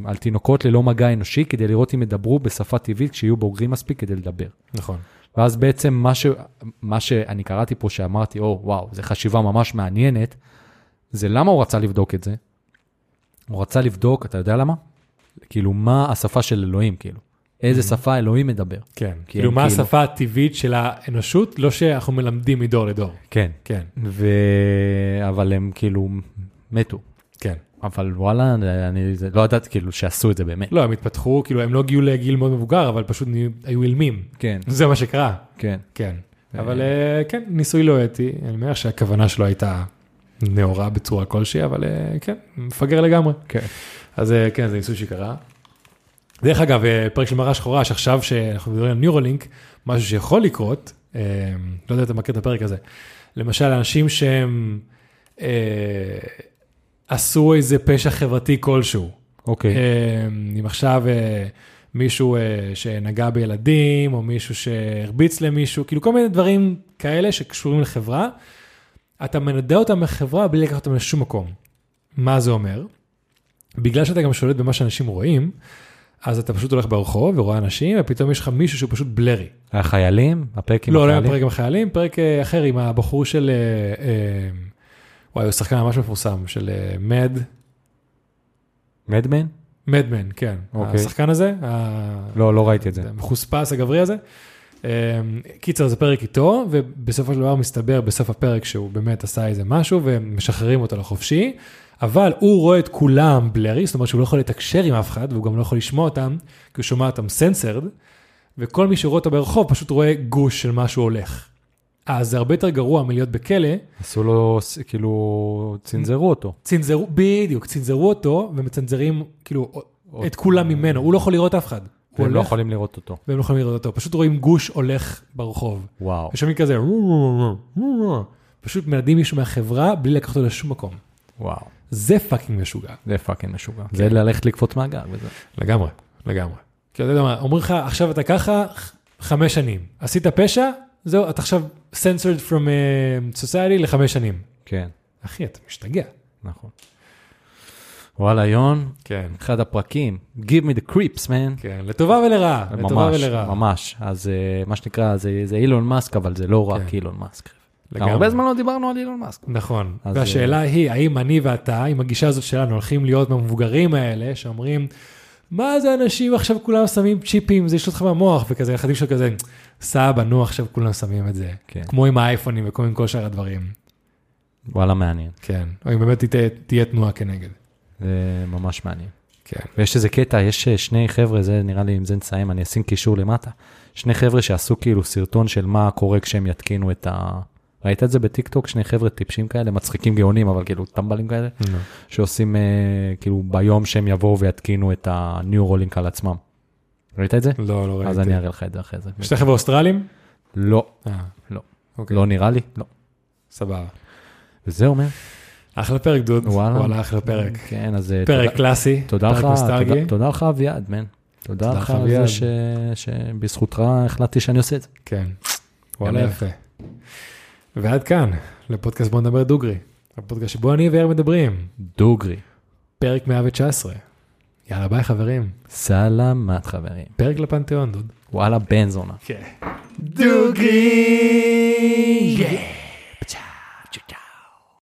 על תינוקות ללא מגע אנושי כדי לראות אם ידברו בשפה טבעית כשיהיו בוגרים מספיק כדי לדבר. נכון. ואז בעצם מה, ש... מה שאני קראתי פה שאמרתי, או וואו, זו חשיבה ממש מעניינת, זה למה הוא רצה לבדוק את זה? הוא רצה לבדוק, אתה יודע למה? כאילו, מה השפה של אלוהים, כאילו? איזה שפה אלוהים מדבר? כן. כי כאילו, הם מה כאילו- השפה הטבעית של האנושות? לא שאנחנו מלמדים מדור לדור. כן. כן, ו... אבל הם כאילו מתו. כן. אבל וואלה, אני זה- לא ידעתי כאילו שעשו את זה באמת. לא, הם התפתחו, כאילו, הם לא הגיעו לגיל מאוד מבוגר, אבל פשוט נהיו- היו אילמים. כן, זה מה שקרה. כן. כן. אבל אה, כן, ניסוי לא אתי, אני מניח שהכוונה שלו הייתה נאורה בצורה כלשהי, אבל אה, כן, מפגר לגמרי. כן. אז אה, כן, זה ניסוי שקרה. דרך אגב, אה, פרק של מראה שחורה, שעכשיו שאנחנו מדברים על ניורולינק, משהו שיכול לקרות, אה, לא יודע אם אתה מכיר את הפרק הזה, למשל, אנשים שהם אה, עשו איזה פשע חברתי כלשהו. אוקיי. אה, אם עכשיו אה, מישהו אה, שנגע בילדים, או מישהו שהרביץ למישהו, כאילו כל מיני דברים כאלה שקשורים לחברה, אתה מנדה אותם מהחברה בלי לקחת אותם לשום מקום. מה זה אומר? בגלל שאתה גם שולט במה שאנשים רואים, אז אתה פשוט הולך ברחוב ורואה אנשים, ופתאום יש לך מישהו שהוא פשוט בלרי. החיילים? אה, הפרק עם לא, לא היה החיילים? פרק עם החיילים, פרק אה, אחר עם הבחור של... אה, אה, וואי, הוא שחקן ממש מפורסם, של אה, מד, מדמן? מדמן, כן. אוקיי. השחקן הזה, ה- לא, לא ראיתי את זה. המחוספס הגברי הזה. אמ, קיצר, זה פרק איתו, ובסופו של דבר מסתבר בסוף הפרק שהוא באמת עשה איזה משהו, ומשחררים אותו לחופשי, אבל הוא רואה את כולם בלרי, זאת אומרת שהוא לא יכול לתקשר עם אף אחד, והוא גם לא יכול לשמוע אותם, כי הוא שומע אותם סנסרד, וכל מי שרואה אותו ברחוב פשוט רואה גוש של מה שהוא הולך. אז זה הרבה יותר גרוע מלהיות בכלא, עשו לו, ס- כאילו, צנזרו אותו. צנזרו, בדיוק, צנזרו אותו, ומצנזרים כאילו את כולם ממנו, הוא לא יכול לראות אף אחד. הוא והם לא הולך, יכולים לראות אותו. והם לא יכולים לראות אותו, פשוט רואים גוש הולך ברחוב. וואו. ושומעים כזה, "רו, רו, רו, רו, רו". פשוט מנדים מישהו מהחברה בלי לקחת אותו לשום מקום. וואו. זה פאקינג משוגע. זה פאקינג משוגע. זה ללכת לקפוץ מהגג וזה. לגמרי, לגמרי. כי אתה יודע מה, אומרים לך, עכשיו אתה ככה, ח- חמש שנים. עשית פשע, זהו, אתה עכשיו censored from uh, society לחמש שנים. כן, אחי, אתה משתגע. נכון. וואלה, יון, כן. אחד הפרקים, Give me the creeps, man. כן, לטובה ולרעה, לטובה ממש, ולרעה. ממש. אז אה, מה שנקרא, זה זה אילון מאסק, אבל זה לא רק כן. אילון מאסק. גם לגמרי. הרבה זמן לא דיברנו על אילון מאסק. נכון, אז, אה, והשאלה היא, האם אני ואתה, עם הגישה הזאת שלנו, הולכים להיות מהמבוגרים האלה, שאומרים, מה זה אנשים עכשיו כולם שמים צ'יפים, זה יש אותך במוח, וכזה, נכדים שלו כזה, סבא, נו, עכשיו כולם שמים את זה. כן. כמו עם האייפונים וכל עם כל שאר הדברים. וואלה, מעניין. כן. או אם באמת תה, תהיה תנועה כנגד. זה ממש מעניין. כן. ויש איזה קטע, יש אה, שני חבר'ה, זה נראה לי, עם זה נסיים, אני אשים קישור למטה. שני חבר'ה שעשו כאילו סרטון של מה קורה כשהם יתקינו את ה... ראית את זה בטיקטוק? שני חבר'ה טיפשים כאלה, מצחיקים גאונים, אבל כאילו טמבלים כאלה, שעושים אה, כאילו ביום שהם יבואו ויתקינו את הניורולינק על עצמם. ראית את זה? לא, לא אז אני ראיתי. אראה לך את זה אחרי זה. שתי חבר'ה אוסטרלים? לא, אה, לא. אוקיי. לא נראה לי, לא. סבבה. וזהו, אומר. אחלה פרק, דוד. וואלה. וואלה, אחלה פרק. כן, אז אה, פרק קלאסי, תודה פרק לך, נוסטלגי. תודה- תודה לך אביעד, מן. תודה לך על אביעד. זה ש- שבזכותך החלטתי שאני עושה את זה. כן, וואלה גם יפה. ועד כאן, לפודקאסט בוא נדבר דוגרי. הפודקאסט שבו אני ויאיר מדברים, דוגרי. פרק 119. יאללה ביי חברים, סלמת חברים. פרק לפנתיאון דוד. וואלה, בן זונה. כן. דוגרי! Yeah.